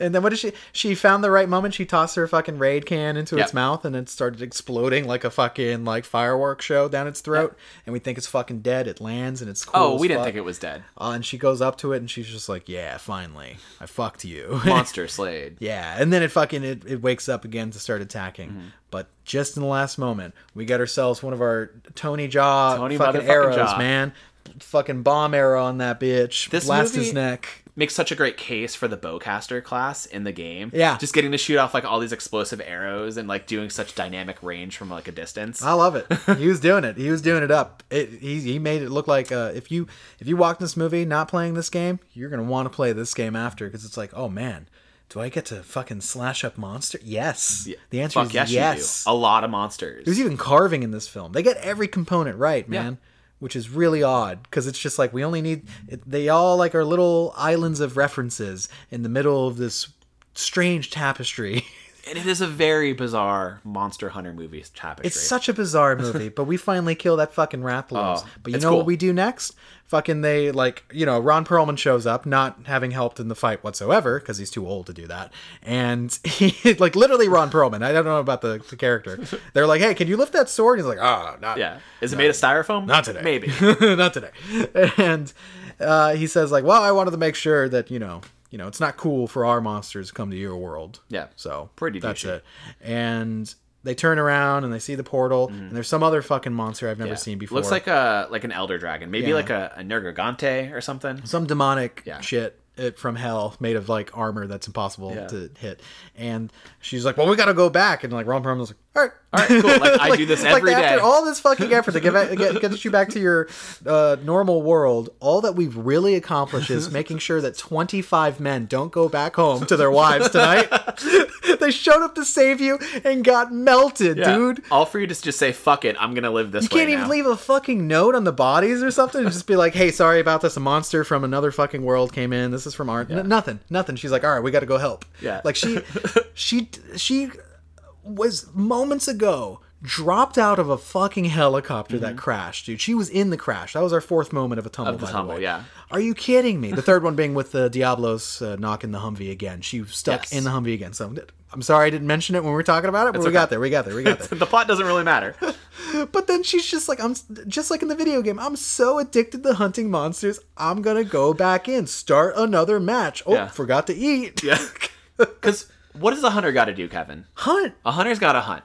and then what did she she found the right moment she tossed her fucking raid can into its
Yep.
mouth and it started exploding like a fucking like firework show down its throat and we think it's fucking dead it lands and it's cool
oh, we didn't think it was dead.
uh, and she goes up to it and she's just like yeah finally I fucked you
Monster slayed.
Yeah, and then it fucking it, it wakes up again to start attacking.
Mm-hmm.
But just in the last moment, we got ourselves one of our Tony Jaw
Tony
fucking
motherfucking
arrows,
Jaa.
man. Fucking bomb arrow on that bitch.
This
Blast his
movie-
neck.
makes such a great case for the bowcaster class in the game.
Yeah.
Just getting to shoot off like all these explosive arrows and like doing such dynamic range from like a distance.
I love it. He was doing it. He was doing it up. It, he he made it look like uh, if you if you walked this movie not playing this game, you're gonna want to play this game after because it's like, oh man, do I get to fucking slash up monster? Yes. The answer
Fuck
is
yes,
yes.
you do. A lot of monsters.
There's even carving in this film. They get every component right, man, which is really odd because it's just like we only need. It, they all like are little islands of references in the middle of this strange tapestry.
And it is a very bizarre Monster Hunter movie tapestry.
It's such a bizarre movie, but we finally kill that fucking Rathalos.
Oh,
but you
it's
know
cool.
what we do next? Fucking they like you know Ron Perlman shows up, not having helped in the fight whatsoever because he's too old to do that, and he like literally Ron Perlman. I don't know about the, the character. They're like, hey, can you lift that sword? he's like, ah, not
yeah. Is it made of styrofoam?
not today
Maybe.
not today and uh, he says like well i wanted to make sure that you know you know it's not cool for our monsters to come to your world
Yeah.
so
Pretty
that's
douchey.
it and they turn around and they see the portal and there's some other fucking monster i've never
Mm-hmm. Yeah.
seen before
Looks like a like an elder dragon, maybe
Yeah.
like a, a Nergigante or something.
some demonic
Yeah.
shit it, from hell made of like armor that's impossible
Yeah.
to hit and she's like well we gotta go back and like ron Perlman's like all right all
right, cool. Like, I do this every
after
day.
all this fucking effort to get, back, get, get you back to your uh, normal world all that we've really accomplished is making sure that 25 men don't go back home to their wives tonight they showed up to save you and got melted
Yeah.
dude
All for you to just say, fuck it, I'm gonna live this
you can't
way
even
now.
leave a fucking note on the bodies or something and just be like, hey, sorry about this. A monster from another fucking world came in. This is from our N- nothing, nothing. She's like, all right, we got to go help.
Yeah.
Like she, she, she was moments ago dropped out of a fucking helicopter that crashed, dude. She was in the crash. That was our fourth moment of a tumble.
Mm-hmm. the
by
tumble,
the way.
yeah.
Are you kidding me? The third one being with the Diablos uh, knocking the Humvee again. She was stuck
Yes.
in the Humvee again. So I'm sorry I didn't mention it when we were talking about it, but we
okay.
got there. We got there. We got there.
the plot doesn't really matter.
But then she's just like, I'm just like in the video game. I'm so addicted to hunting monsters. I'm gonna go back in, start another match. Oh,
Yeah.
forgot to eat.
Yeah. Because what does a hunter got to do, Kevin?
Hunt.
A hunter's got to hunt.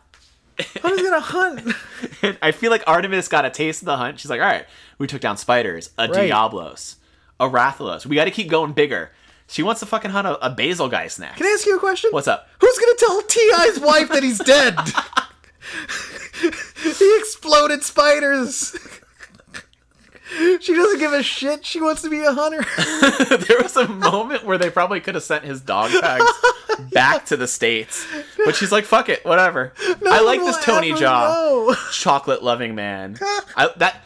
I'm just gonna hunt.
I feel like Artemis got a taste of the hunt. She's like, all right, we took down spiders, a
Right.
Diablos, a Rathalos. We got to keep going bigger. She wants to fucking hunt a, a basil guy snack.
Can I ask you a question?
What's up?
Who's gonna tell Ti's wife that he's dead? he exploded spiders. she doesn't give a shit. She wants to be a hunter.
there was a moment where they probably could have sent his dog tags back to the States. But she's like, fuck it, whatever. I like this
will
Tony
ever
Jaw,
know.
chocolate loving man. I, that.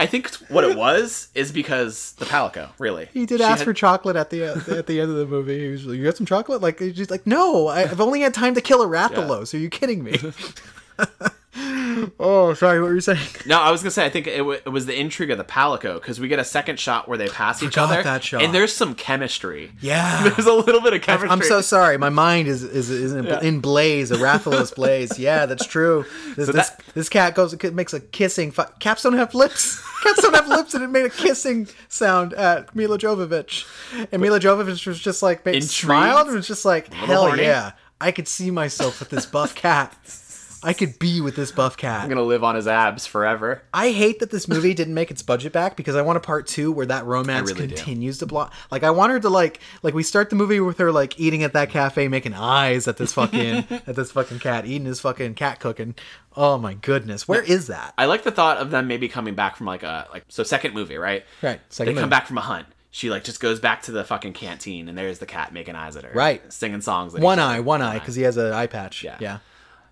I think what it was is because the Palico, really.
He did
She
ask
had-
for chocolate at the at the end of the movie. He was like, "You got some chocolate?" Like he's just like, "No, I- I've only had time to kill a Rathalos. Are you kidding me?" Oh, sorry, what were you saying?
No, I was gonna say I think it, w- it was the intrigue of the Palico because we get a second shot where they pass each
Forgot
other,
that shot.
and there's some chemistry.
Yeah.
there's a little bit of chemistry.
I'm so sorry. My mind is is, is in, in blaze, a wrathfulness blaze. Yeah, that's true. This this,
that-
this cat goes makes a kissing. Fi- Cats don't have lips. Cats don't have lips, and it made a kissing sound at Mila Jovovich, and Mila Jovovich was just like made,
Intrigued?
smiled and was just like, hell
horny?
yeah, I could see myself with this buff cat. I could be with this buff cat.
I'm gonna live on his abs forever.
I hate that this movie didn't make its budget back because I want a part two where that romance
really do.
continues to block. Like I want her to like like we start the movie with her like eating at that cafe, making eyes at this fucking at this fucking cat, eating his fucking cat cooking. Oh my goodness, where is that?
I like the thought of them maybe coming back from like a like so second movie, right?
Right,
they
second
come
movie.
back from a hunt. She like just goes back to the fucking canteen, and there's the cat making eyes at her,
Right.
Singing songs. at
One
each
eye,
other.
one eye, because he has an eye patch. Yeah, yeah.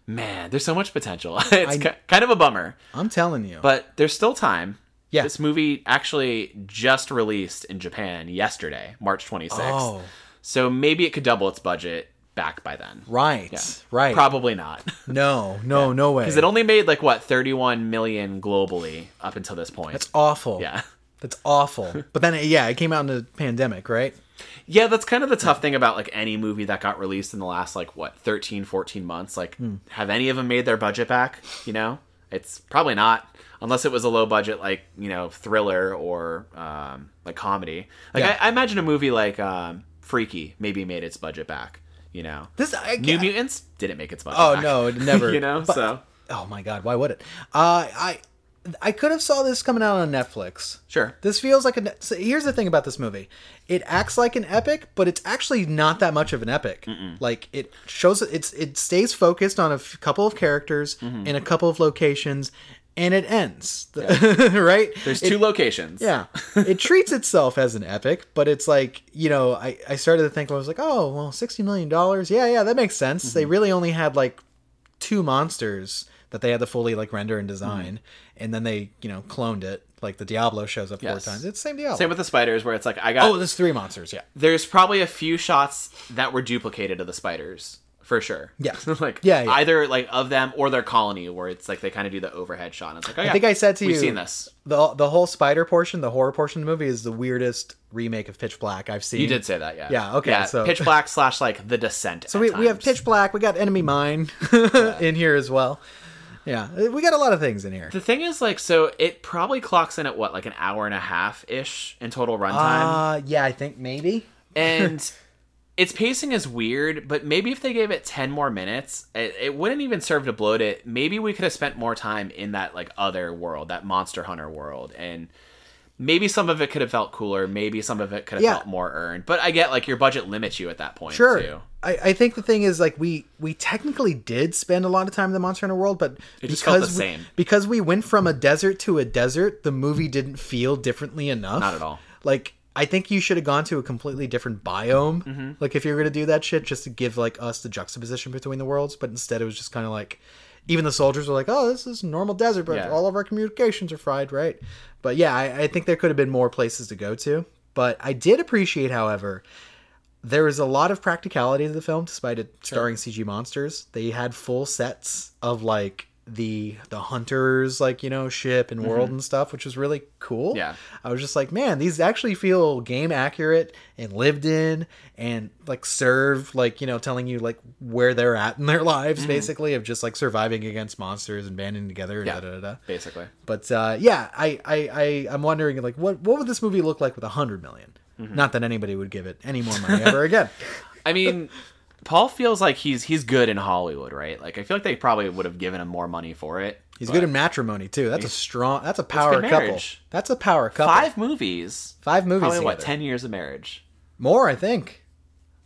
Man, there's so much potential. it's ki- kind of a bummer,
I'm telling you.
but there's still time.
Yeah.
This movie actually just released in Japan yesterday, March 26th.
Oh.
So maybe it could double its budget back by then.
right, right.
Probably not.
no, no, no way.
Because it only made like what 31 million globally up until this point.
That's awful.
yeah.
that's awful. But then, yeah, it came out in the pandemic, right?
Yeah, that's kind of the tough thing about like any movie that got released in the last like what 13 14 months like
Hmm.
have any of them made their budget back, you know? It's probably not unless it was a low budget like, you know, thriller or um like comedy. Like
Yeah.
I, I imagine a movie like um Freaky maybe made its budget back, you know.
This I,
New Mutants didn't make its budget
Oh
back.
no, it never.
you know,
but-
so
Oh my god, why would it? Uh, I I could have saw this coming out on Netflix.
sure.
This feels like a. ne- So here's the thing about this movie, it acts like an epic, but it's actually not that much of an epic. Like it shows it's it stays focused on a f- couple of characters in a couple of locations, and it ends. right?
There's two locations.
Yeah, it treats itself as an epic, but it's like you know, I I started to think I was like, oh well, sixty million dollars. Yeah, yeah, that makes sense.
Mhm.
They really only had like two monsters that they had to fully like render
Mm-hmm.
and design, and then they you know cloned it. Like the Diablo shows up
Yes.
four times. It's the same Diablo.
Same with the spiders where it's like I got
oh, there's three monsters. Yeah,
there's probably a few shots that were duplicated of the spiders for sure.
Yeah.
like
Yeah, yeah.
either like of them or their colony where it's like they kind of do the overhead shot. And it's like oh, yeah,
I think I said to
we've
you,
seen this.
the the whole spider portion, the horror portion of the movie is the weirdest remake of Pitch Black I've seen.
You did say that, yeah.
Yeah, okay,
Yeah,
so-
pitch black slash like the descent.
So we, we have Pitch Black. We got
Mm-hmm.
Enemy Mine in here as well. Yeah, we got a lot of things in here.
The thing is, like, so it probably clocks in at what, like an hour and a half ish in total runtime,
Uh, yeah, I think maybe.
and its pacing is weird. But maybe if they gave it ten more minutes, it, it wouldn't even serve to bloat it. Maybe we could have spent more time in that like other world, that Monster Hunter world, and maybe some of it could have felt cooler. Maybe some of it could have
Yeah.
felt more earned. But I get like your budget limits you at that point.
Sure.
Too.
I, I think the thing is like we we technically did spend a lot of time in the Monster Hunter world, but
just felt the
we,
same.
because we went from a desert to a desert, the movie didn't feel differently enough.
Not at all.
Like I think you should have gone to a completely different biome.
Mm-hmm.
Like if you were gonna do that shit, just to give like us the juxtaposition between the worlds, but instead it was just kind of like even the soldiers were like, "Oh, this is normal desert, but
Yeah.
all of our communications are fried, right?" But yeah, I, I think there could have been more places to go to. But I did appreciate, however, there is a lot of practicality to the film despite it starring cg monsters they had full sets of like the the hunters like you know ship and world and stuff which was really cool
Mm-hmm. Yeah.
i was just like man these actually feel game accurate and lived in and like serve like you know telling you like where they're at in their lives
Mm-hmm.
basically of just like surviving against monsters and banding together and da,
Yeah.
da, da, da.
Basically.
But uh, yeah, I, I, I, I'm wondering like what what would this movie look like with a hundred
Mm-hmm.
Not that anybody would give it any more money ever again.
I mean, Paul feels like he's he's good in Hollywood, right? Like I feel like they probably would have given him more money for it.
He's
but
good in matrimony too. That's a strong. That's a power couple.
marriage.
That's a power couple.
five movies.
Five movies
Probably what
together.
ten years of marriage.
more, I think.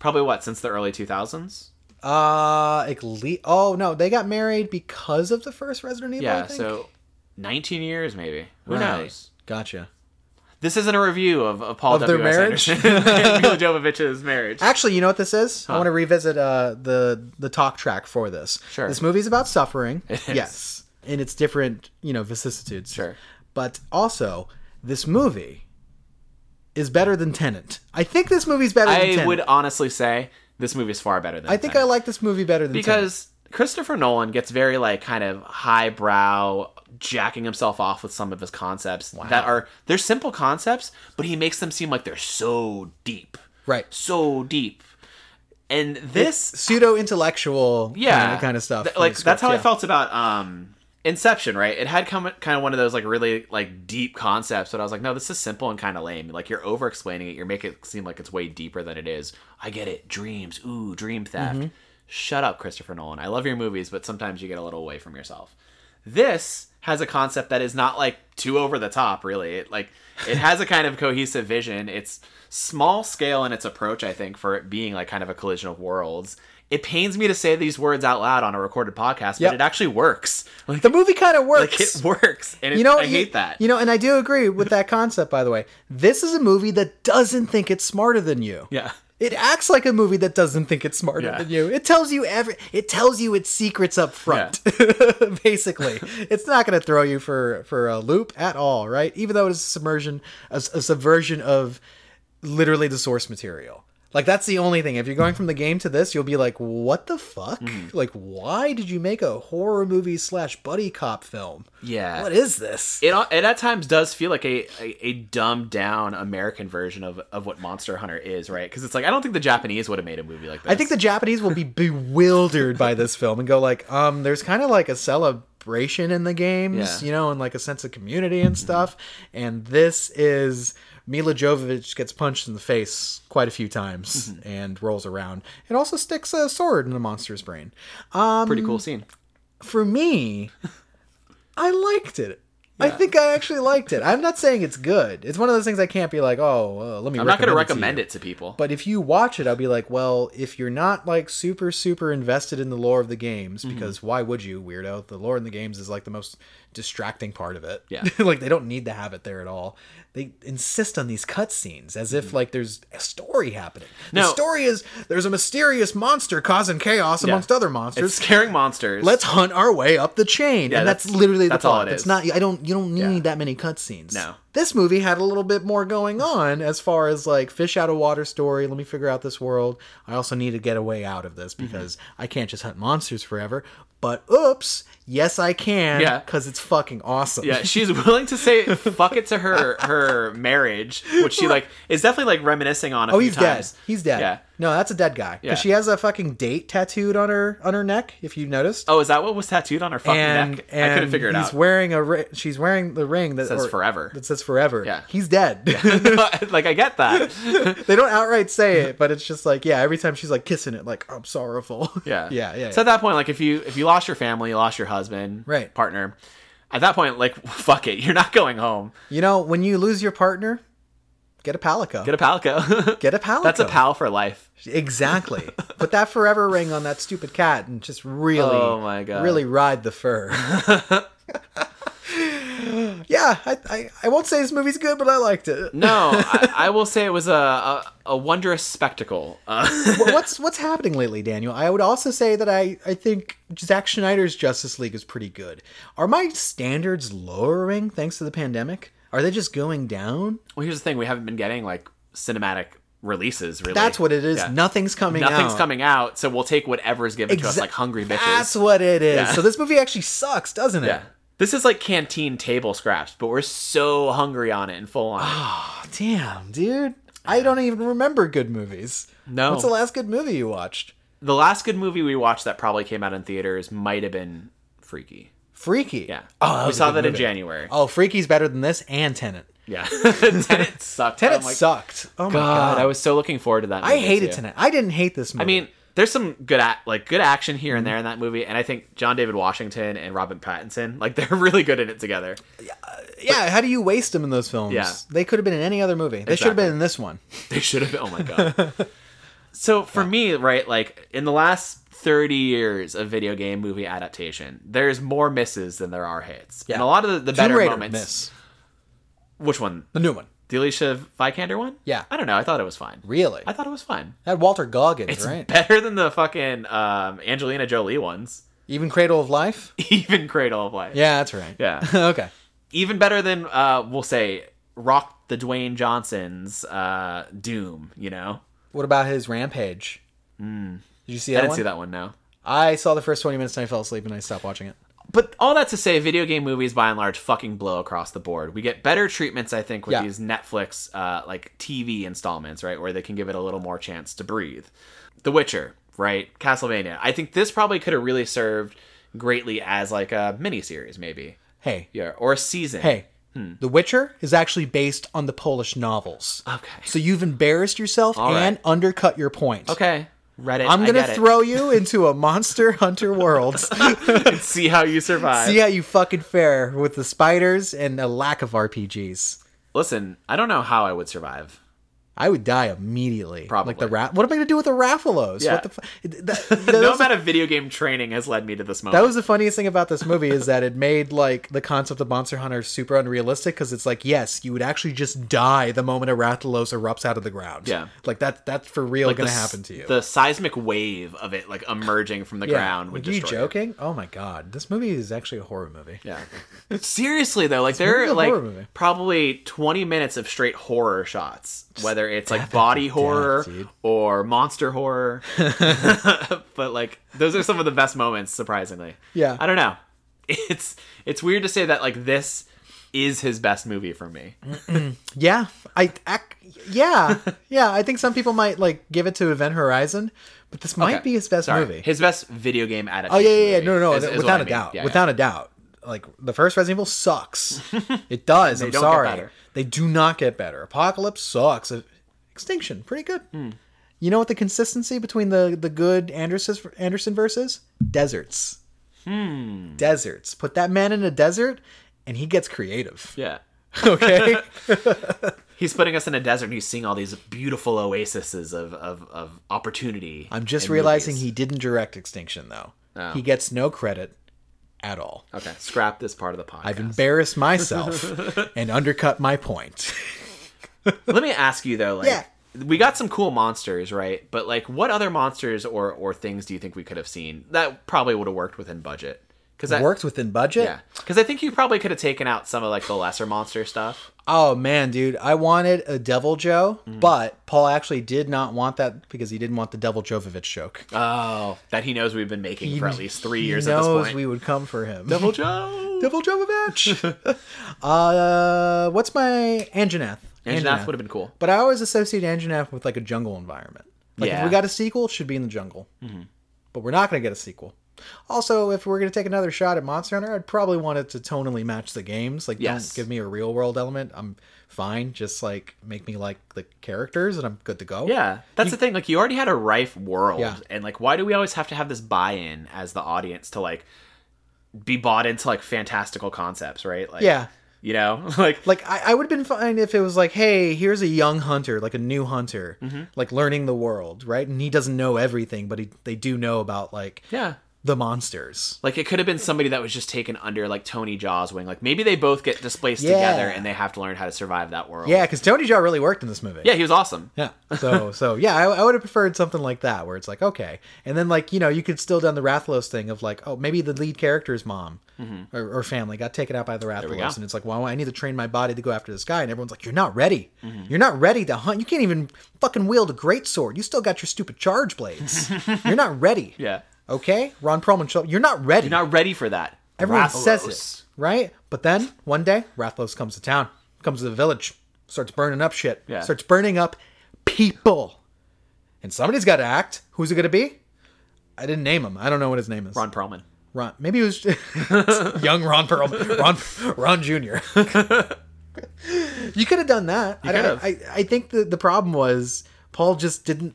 Probably what since the early two thousands.
Uh, like le- oh no, they got married because of the first Resident Evil. I
Yeah,
think?
so nineteen years maybe. Who
Right.
knows?
Gotcha.
This isn't a review of, of Paul
Of their
W. S.
marriage?
Anderson and Mila Jovovich's marriage.
Actually, you know what this is? I want to revisit uh, the the talk track for this.
Sure.
This movie's about suffering.
is.
Yes, in its different you know vicissitudes.
Sure.
But also, this movie is better than Tenant. I think this movie's better than
I
Tenant.
would honestly say this movie's far better than
I think I
Tenet.
like this movie better than Tenet.
because Christopher Nolan gets very like kind of highbrow, jacking himself off with some of his concepts that are they're simple concepts, but he makes them seem like they're so deep,
Right.
so deep. And this
Pseudo intellectual
yeah
kind, of, stuff.
Th-
in
like
the script,
that's how i
yeah.
felt about um inception right it had come kind of one of those like really like deep concepts but i was like no this is simple and kind of lame like you're over explaining it you're making it seem like it's way deeper than it is i get it dreams ooh dream theft
Mm-hmm.
shut up christopher nolan i love your movies but sometimes you get a little away from yourself this has a concept that is not like too over the top really it like it has a kind of cohesive vision it's small scale in its approach i think for it being like kind of a collision of worlds it pains me to say these words out loud on a recorded podcast but
Yep.
it actually works like,
The movie kind of works.
like it works and it,
you know,
i
you-
hate that
You know, and I do agree with that concept. By the way, this is a movie that doesn't think it's smarter than you.
yeah
It acts like a movie that doesn't think it's smarter
Yeah.
than you. It tells you every. It tells you its secrets up front. Basically, it's not going to throw you for for a loop at all, right? Even though it is a submersion, a, s- a subversion of literally the source material. Like that's the only thing. If you're going from the game to this, you'll be like, "What the fuck?
Mm-hmm.
Like, why did you make a horror movie slash buddy cop film?
yeah
What is this?"
Uh, it, it at times does feel like a, a, a dumbed down American version of, of what Monster Hunter is, right? Because it's like I don't think the Japanese would have made a movie like this.
I think the Japanese will be bewildered by this film and go like, um, there's kind of like a celebration in the games,
Yeah. Mm-hmm.
you know, and like a sense of community and stuff. And this is Mila Jovovich gets punched in the face quite a few times
Mm-hmm.
and rolls around. It also sticks a sword in the monster's brain. Um,
pretty cool scene.
For me, I liked it. I think I actually liked it. I'm not saying it's good. It's one of those things I can't be like, oh, uh, let me.
I'm not going
it. to
to
you.
recommend it to people.
But if you watch it, I'll be like, well, if you're not like super, super invested in the lore of the games, because why would you, weirdo? The lore in the games is like the most distracting part of it.
Yeah.
like they don't need to have it there at all. They insist on these cutscenes as if like there's a story happening. The
No.
story is there's a mysterious monster causing chaos amongst other
it's
monsters.
scaring monsters.
Let's hunt our way up the chain, and that's,
that's-
literally the
that's all
plot.
it
It's
is.
not. I don't. You don't need
Yeah.
that many cutscenes.
No.
This movie had a little bit more going on as far as like fish out of water story. Let me figure out this world. I also need to get a way out of this
Mm-hmm.
because I can't just hunt monsters forever. But oops, yes I can.
Yeah.
Because it's fucking awesome.
Yeah, she's willing to say fuck it to her her marriage, which she like is definitely like reminiscing on. A
Oh,
few
he's
times.
dead. He's dead.
Yeah.
No, that's a dead guy. Because
Yeah.
she has a fucking date tattooed on her on her neck. If you noticed.
Oh, is that what was tattooed on her fucking
and,
neck?
and
I couldn't figure it
he's
out.
wearing a ri- she's wearing the ring that
Says
or-
forever.
That says forever.
Yeah.
he's dead.
like I get that.
they don't outright say it, but it's just like yeah. Every time she's like kissing it, like I'm sorrowful.
Yeah.
yeah, yeah.
So at that point, like if you if you lost your family, you lost your husband,
Right.
partner, at that point, like fuck it, you're not going home.
you know, when you lose your partner, get a palico.
Get a palco.
Get a palico.
That's a pal for life.
Exactly. Put that forever ring on that stupid cat and just really,
Oh my God.
really ride the fur. yeah, I, I, I won't say this movie's good, but I liked it.
No, I, I will say it was a a, a wondrous spectacle. Uh,
Wha- what's what's happening lately, Daniel? I would also say that I I think Zack Schneider's Justice League is pretty good. Are my standards lowering thanks to the pandemic? Are they just going down?
well, here's the thing: we haven't been getting like cinematic releases. Really,
That's what it is.
Yeah.
Nothing's coming out.
Nothing's coming out, so we'll take whatever's given to us,
Exa-
like hungry bitches.
That's what it is.
Yeah.
So this movie actually sucks, doesn't it?
yeah. This is like canteen table scraps, but we're so hungry on it and full on.
Oh, damn, dude. I don't even remember good movies.
No.
What's the last good movie you watched?
it. The last good movie we watched that probably came out in theaters might have been Freaky.
Freaky.
Yeah.
Oh, that
we
was a
saw
good
that in
movie.
January.
Oh, Freaky's better than this and Tenant.
Yeah. Tenet sucked.
Tenant
I'm like,
sucked. Oh my
God,
god.
I was so looking forward to that.
I
movie,
hated
too.
Tenant. I didn't hate this movie.
I mean, there's some good act, like good action here
Mm-hmm.
and there in that movie, and I think John David Washington and Robin Pattinson, like they're really good in it together.
Yeah, how do you waste them in those films?
Yeah.
They could have been in any other movie. They should have
Exactly.
been in this one.
They should have. Oh my god. So for me, right, like in the last 30 years of video game movie adaptation, there's more misses than there are hits, and a lot of the, the better
Tomb Raider,
moments.
miss.
Which one?
The new one.
The Alicia Vikander one?
Yeah.
I don't know. I thought it was fine.
Really?
I thought it was fine.
That Walter Goggins,
It's
right?
better than the fucking um, Angelina Jolie ones.
Even Cradle of Life?
Even Cradle of Life.
Yeah, that's right.
Yeah.
okay.
Even better than uh, we'll say Rock the Dwayne Johnson's uh, Doom. You know,
What about his Rampage? Did you see
Hmm.
that
I didn't
one?
see that one. No,
I saw the first 20 minutes and I fell asleep and I stopped watching it.
but all that to say, video game movies by and large fucking blow across the board. We get better treatments, I think, with
Yeah.
these Netflix uh, like TV installments, right, where they can give it a little more chance to breathe. The Witcher, right, Castlevania. I think this probably could have really served greatly as like a miniseries, maybe,
Hey,
yeah, Hmm. or a season.
hey, The Witcher is actually based on the Polish novels.
okay,
So you've embarrassed yourself
right.
and undercut your point.
okay, Reddit.
I'm
I
gonna
get it.
throw you into a Monster Hunter world.
and see how you survive.
See how you fucking fare with the spiders and a lack of RPGs.
Listen, I don't know how I would survive.
I would die immedially.
Probably.
Like the ra- What am I gonna do with the Raffalos?
Yeah.
What the? Fu- Th- that, that
No
was the-
amount of video game training has led me to this moment.
that was the funniest thing about this movie is that it made like the concept of Monster Hunter super unrealistic because it's like yes, you would actually just die the moment a Rathalos erupts out of the ground.
Yeah.
like that that's for real
the
gonna
s-
happen to you.
The seismic wave of it like emerging from the
Yeah.
ground would
Are you
destroy you.
joking? Oh my god, this movie is actually a horror movie.
Yeah. Seriously though, like there
really
are
a
like
horror movie.
probably 20 minutes of straight horror shots, whether it's like body horror
dude.
or monster horror. but like those are some of the best moments surprisingly.
Yeah.
I don't know. It's it's weird to say that like this is his best movie for me.
Yeah, I, ac yeah, yeah. I think some people might like give it to Event Horizon, but this might
Okay.
be his best
Sorry.
movie.
His best video game adaptation.
oh yeah, yeah, yeah.
movie
No, no, no.
is- is what
without
I
a
mean.
doubt,
Yeah, yeah.
without a doubt. Like the first Resident Evil sucks. it does. I'm
don't get
sorry.
better.
They do not get better. Apocalypse sucks. Uh, Extinction, pretty good.
Hmm.
You know what the consistency between the the good Anderson Anderson verses? Deserts. Hmm. Deserts. Put that man in a desert, and he gets creative.
Yeah.
Okay.
He's putting us in a desert and he's seeing all these beautiful oases of, of, of opportunity.
I'm just
in
realizing
movies.
he didn't direct Extinction though.
Oh.
He gets no credit at all.
Okay, scrap this part of the podcast.
I've embarrassed myself and undercut my point.
Let me ask you though, like
Yeah.
we got some cool monsters, right? But like what other monsters or or things do you think we could have seen that probably would have worked within budget? Cuz that
Worked within budget.
yeah. Cuz I think you probably could have taken out some of like the lesser monster stuff.
Oh man, dude, I wanted a Devil Joe,
Mm.
but Paul actually did not want that because he didn't want the Devil Jovovich joke.
Oh, that he knows we've been making for at least 3 years
he
at this
knows
point.
we would come for him.
Devil Joe.
Devil Jovovich. uh, what's my Anjanath? uh,
Anjanath would have been cool.
But I always associate Anjanath with like a jungle environment. Like
Yeah. Mm-hmm.
if we got a sequel, it should be in the jungle. But we're not going to get a sequel. Also, if we're going to take another shot at Monster Hunter, I'd probably want it to tonally match the games. Like,
Yes.
don't give me a real world element. I'm fine. Just like make me like the characters, and I'm good to go.
Yeah, that's the thing. Like, you already had a rife world,
Yeah.
and like, why do we always have to have this buy-in as the audience to like be bought into like fantastical concepts, right? Like,
Yeah.
you know, like,
Like I, I would have been fine if it was like, hey, here's a young hunter, like a new hunter,
Mm-hmm.
like learning the world, right? And he doesn't know everything, but he, they do know about like
yeah,
the monsters.
like it could have been somebody that was just taken under like Tony Jaw's wing. Like, maybe they both get displaced
Yeah.
together, and they have to learn how to survive that world.
Yeah, because Tony Jaw really worked in this movie.
yeah, he was awesome.
Yeah. So so yeah, I, I would have preferred something like that where it's like okay, and then like you know you could still done the Rathalos thing of like oh maybe the lead character's mom or, or family got taken out by the
Mm-hmm. go.
Rathalos and it's like well I need to train my body to go after this guy and everyone's like you're not ready,
Mm-hmm.
you're not ready to hunt, you can't even fucking wield a great sword, you still got your stupid charge blades, you're not ready.
Yeah,
Okay, Ron Perlman, show- you're not ready.
you're not ready for that.
Everyone says
Rathalos.
it, right? But then one day, Rathalos comes to town, comes to the village, starts burning up shit,
Yeah.
starts burning up people, and somebody's got to act. Who's it gonna be? I didn't name him. I don't know what his name is.
Ron Perlman.
Ron. Maybe it was young Ron Perlman. Ron Ron Jr. you could have done that. I,
could've.
I, I I think the the problem was Paul just didn't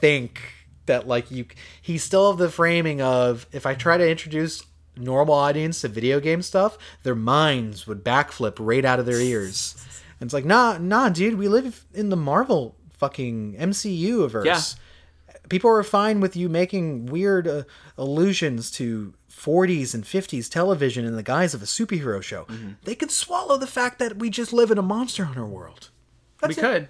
think that like you he's still of the framing of if I try to introduce normal audience to video game stuff, their minds would backflip right out of their ears. And it's like, nah, nah, dude, we live in the Marvel fucking MCU verse
Yeah.
people are fine with you making weird uh, allusions to 40s and 50s television in the guise of a superhero show.
Mm-hmm.
They could swallow the fact that we just live in a Monster Hunter world.
We
That's it.
could,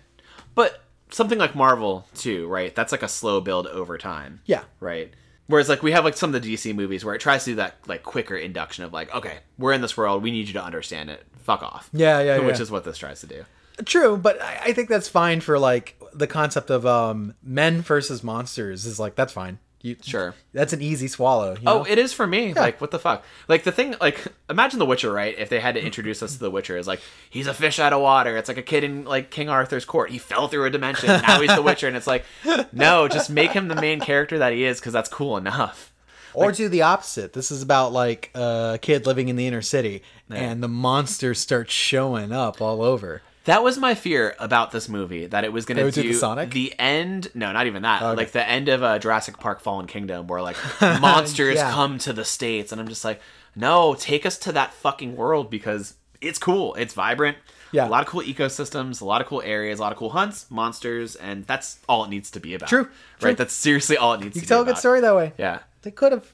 but something like Marvel too, right? That's like a slow build over time.
Yeah.
right? Whereas like we have like some of the DC movies where it tries to do that like quicker induction of like, okay, we're in this world, we need you to understand it. Fuck off.
Yeah, yeah,
Which
yeah.
is what this tries to do.
True, but I, I think that's fine for like the concept of um, men versus monsters is like that's fine. You
Sure.
That's an easy swallow. you
Oh,
know?
it is for me. Like, what the fuck? Like the thing. Like, imagine The Witcher, right? If they had to introduce us to The Witcher, is like he's a fish out of water. It's like a kid in like King Arthur's court. He fell through a dimension. Now he's The Witcher, and it's like, no, just make him the main character that he is because that's cool enough.
or do the opposite. This is about like a kid living in the inner city, and the monsters start showing up all over.
That was my fear about this movie that it was going
They
to
would do
do
Oh, the Sonic?
end. No, not even that. Like the end of uh, Jurassic Park: Fallen Kingdom, where like monsters
Yeah.
come to the states, and I'm just like, no, take us to that fucking world because it's cool, it's vibrant.
Yeah.
a lot of cool ecosystems, a lot of cool areas, a lot of cool hunts, monsters, and that's all it needs to be about.
True,
right?
true.
That's seriously all it needs.
You
to
can tell a
be
good
about.
story that way.
Yeah,
They could have.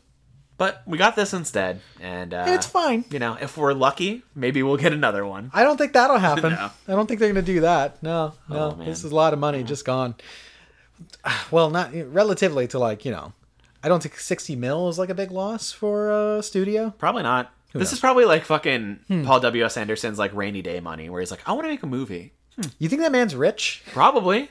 but we got this instead, and uh,
It's fine.
You know, if we're lucky, maybe we'll get another one.
I don't think that'll happen.
No.
I don't think they're going to do that. No, no.
Oh, man.
this is a lot of money just gone. Well, not relatively to like, you know, I don't think 60 mil is like a big loss for a studio.
Probably not. this is probably like fucking
Hmm.
Paul W. S. Anderson's like rainy day money, where he's like, I want to make a movie.
You think that man's rich?
Probably.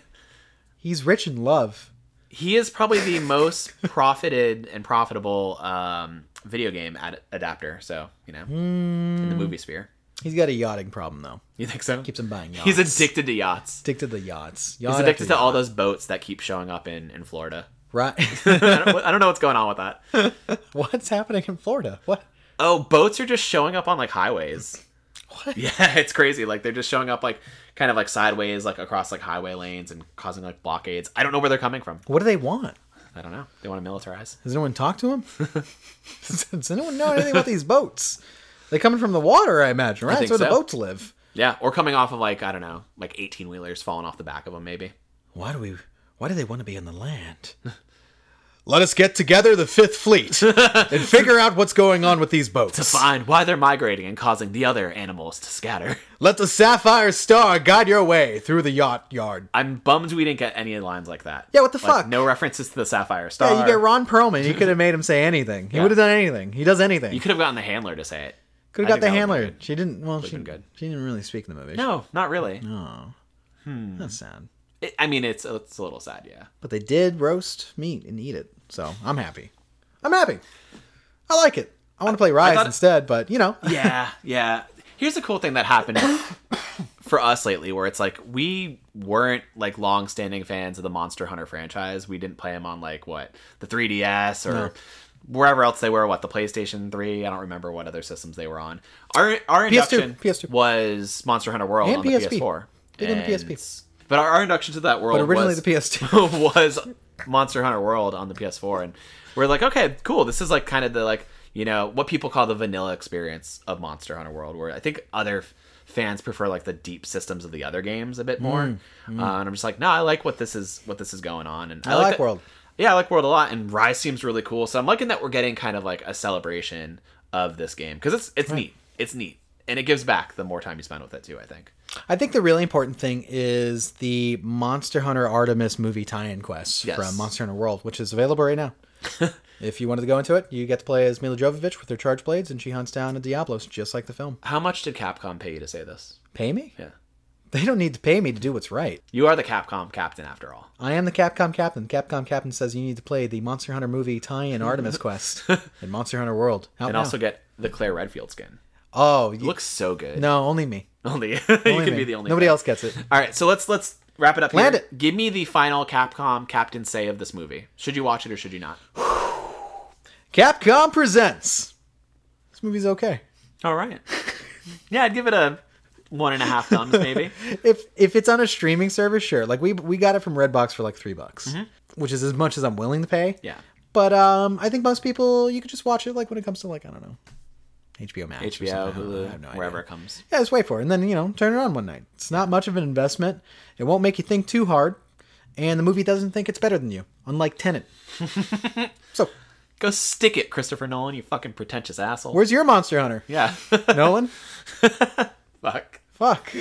He's rich in love.
He is probably the most profited and profitable um, video game ad- adapter. So you know, in the movie sphere,
He's got a yachting problem though.
you think so?
Hmm. Keeps him buying yachts.
He's addicted to yachts.
addicted to yachts.
He's
Yacht
addicted
after
to all those boats that keep showing up in in Florida.
yacht.
I,
Right.
don't, I don't know what's going on with that.
What's happening in Florida? What?
Oh, boats are just showing up on like highways.
What?
Yeah, it's crazy. Like they're just showing up like kind of like sideways, like across like highway lanes and causing like blockades. I don't know where they're coming from.
What do they want?
I don't know. They want to militarize.
Has anyone talked to him? Does does anyone know anything about these boats? They're coming from the water, I imagine, right?
think
That's where the
so.
boats live.
Yeah, or coming off of like I don't know, like eighteen wheelers falling off the back of them, maybe.
Why do we? Why do they want to be on the land? Let us get together the Fifth Fleet and figure out what's going on with these boats.
Fine. Why they're migrating and causing the other animals to scatter?
Let the Sapphire Star guide your way through the yacht yard.
I'm bummed we didn't get any lines like that.
Yeah, what the
Like,
fuck?
No references to the Sapphire Star.
Yeah, you get Ron Perlman. You could have made him say anything. He
Yeah.
would have done anything. He does anything.
You could have gotten the handler to say it.
could
I
have got
think
the
that would've
handler.
been good.
She didn't. Well, she,
been good.
she didn't really speak in the movie.
No, not really.
That's sad.
It- I mean, it's it's a little sad. Yeah.
But they did roast meat and eat it. So I'm happy. I'm happy. I like it. I want to play Rise
thought-
instead, but you know.
yeah, yeah. Here's the cool thing that happened for us lately, where it's like we weren't like long-standing fans of the Monster Hunter franchise. We didn't play them on like what the 3DS or wherever else they were. What the PlayStation 3? I don't remember what other systems they were on. Our
PS2,
our induction
PS2.
was Monster Hunter World
And
on
PSP.
the PS4.
Big on the
And-
PSP.
But our, our induction to that world
But originally
was
the PS2.
was Monster Hunter World on the PS4, and we're like, okay, cool. This is like kind of the like you know what people call the vanilla experience of Monster Hunter World, where I think other f- fans prefer like the deep systems of the other games a bit more.
Mm,
Uh, and I'm just like, no, I like what this is what this is going on, and I,
like
that-
World.
Yeah, I like World a lot, and Rise seems really cool. So I'm liking that we're getting kind of like a celebration of this game because it's it's neat, it's neat, and it gives back the more time you spend with it too. I think.
I think the really important thing is the Monster Hunter Artemis movie tie-in quest
Yes.
from Monster Hunter World, which is available right now. if you wanted to go into it, you get to play as Mila Jovovich with her charge blades, and she hunts down a Diablos just like the film.
How much did Capcom pay you to say this?
Pay me?
Yeah.
They don't need to pay me to do what's right.
You are the Capcom captain after all.
I am the Capcom captain. Capcom captain says you need to play the Monster Hunter movie tie-in Artemis quest in Monster Hunter World. Out
and
now.
also get the Claire Redfield skin.
oh, you,
Looks so good.
no, only me.
Only you
Only
can
me.
be the only.
Nobody
fan.
else gets it.
All right, so let's let's wrap it up.
Land
here.
it.
Give me the final Capcom captain say of this movie. Should you watch it or should you not?
Capcom presents. This movie's okay.
All right. yeah, I'd give it a one and a half thumbs maybe.
If if it's on a streaming service, sure. Like we we got it from Redbox for like three bucks, which is as much as I'm willing to pay.
Mm-hmm. Yeah.
But um, I think most people you could just watch it like when it comes to like I don't know, HBO Max, or something.
HBO,
I don't know. I
Hulu,
have no idea.
wherever it comes.
Yeah, just wait for it, and then you know, turn it on one night. It's not much of an investment. It won't make you think too hard, and the movie doesn't think it's better than you, unlike Tenet. so,
Go stick it, Christopher Nolan. You fucking pretentious asshole.
where's your Monster Hunter,
yeah.
Nolan?
Fuck.
Fuck.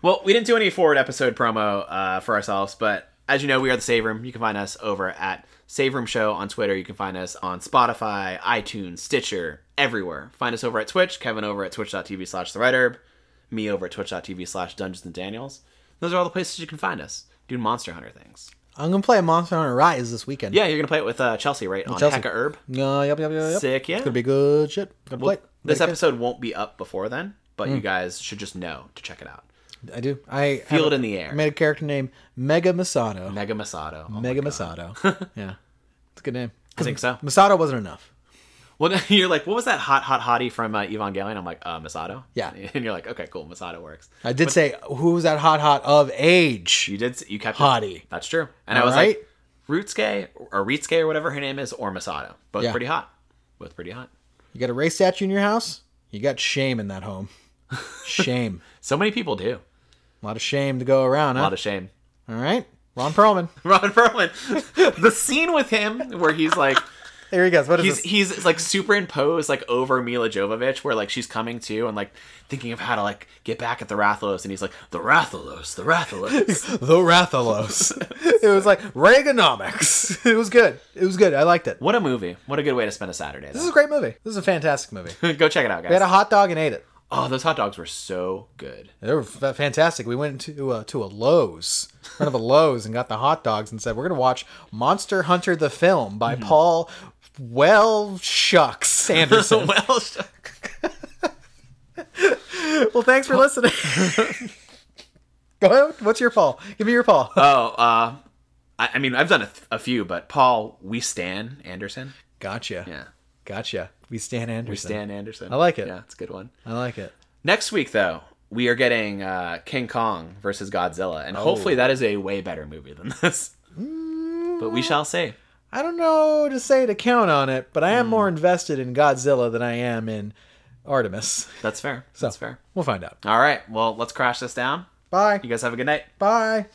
Well, we didn't do any forward episode promo uh, for ourselves, but as you know, we are the Save Room. You can find us over at Save Room Show on Twitter. You can find us on Spotify, iTunes, Stitcher, everywhere. Find us over at Twitch. Kevin over at twitch.tv slash the Red Herb. Me over at twitch.tv slash Dungeons and Daniels. Those are all the places you can find us doing Monster Hunter things.
I'm gonna play Monster Hunter Rise this weekend.
Yeah, you're gonna play it with uh, Chelsea, right? On
Chelsea.
Hecka Herb.
Uh, yep, yep, yep, yep.
Sick, yeah.
It's gonna be good shit. Gonna
Well,
play.
this
Like, Hmm.
episode won't be up before then, but you guys should just know to check it out.
I do. I
Feel
have
it in the air.
I made a character named Mega Masato.
Mega Masato. Oh,
Mega Masato. yeah, it's a good name.
I think so.
Masato wasn't enough.
Well, you're like, what was that hot, hot hottie from uh, Evangelion? I'm like, uh, Masato.
Yeah.
And you're like, okay, cool, Masato works.
I did say who was that hot hot of age?
You did. You kept it.
Hottie.
That's true. And I was like, Rutsuke or Ritsuke or whatever her name is, or Masato. Both
Yeah.
pretty hot. Both pretty hot.
You got a race statue in your house? You got shame in that home. Shame.
So many people do.
a lot of shame to go around,
A
huh?
lot of shame.
All right. Ron Perlman.
Ron Perlman. the scene with him where he's like,
There he goes. What is
he's
this?
he's like superimposed like over Mila Jovovich, where like she's coming to and like thinking of how to like get back at the Rathalos, and he's like, the Rathalos, the Rathalos.
The Rathalos. it was like Reaganomics. It was good. It was good. I liked it.
what a movie! What a good way to spend a Saturday.
This is a great movie. This is a fantastic movie.
though. Go check it out,
We had
guys.
a hot dog and ate it.
oh, those hot dogs were so good.
They were f- fantastic. We went to uh, to a Lowe's, in front of a Lowe's, and got the hot dogs and said, "We're gonna watch Monster Hunter the film by
Hmm.
Paul Well Shucks Sanderson."
well,
well, thanks for listening. Go ahead. What's your Paul? Give me your Paul.
oh, uh, I, I mean, I've done a, th- a few, but Paul, we Stan Anderson.
Gotcha.
Yeah,
Gotcha. We Stan Anderson.
we Stan Anderson.
I like it.
Yeah, it's a good one.
I like it.
Next week, though, we are getting uh, King Kong versus Godzilla,
Oh.
and hopefully that is a way better movie than this. but we shall see.
I don't know to say to count on it, but I
Hmm.
am more invested in Godzilla than I am in Artemis.
That's fair. That's fair.
We'll find out.
All right. Well, let's crash this down.
Bye.
You guys have a good night.
Bye.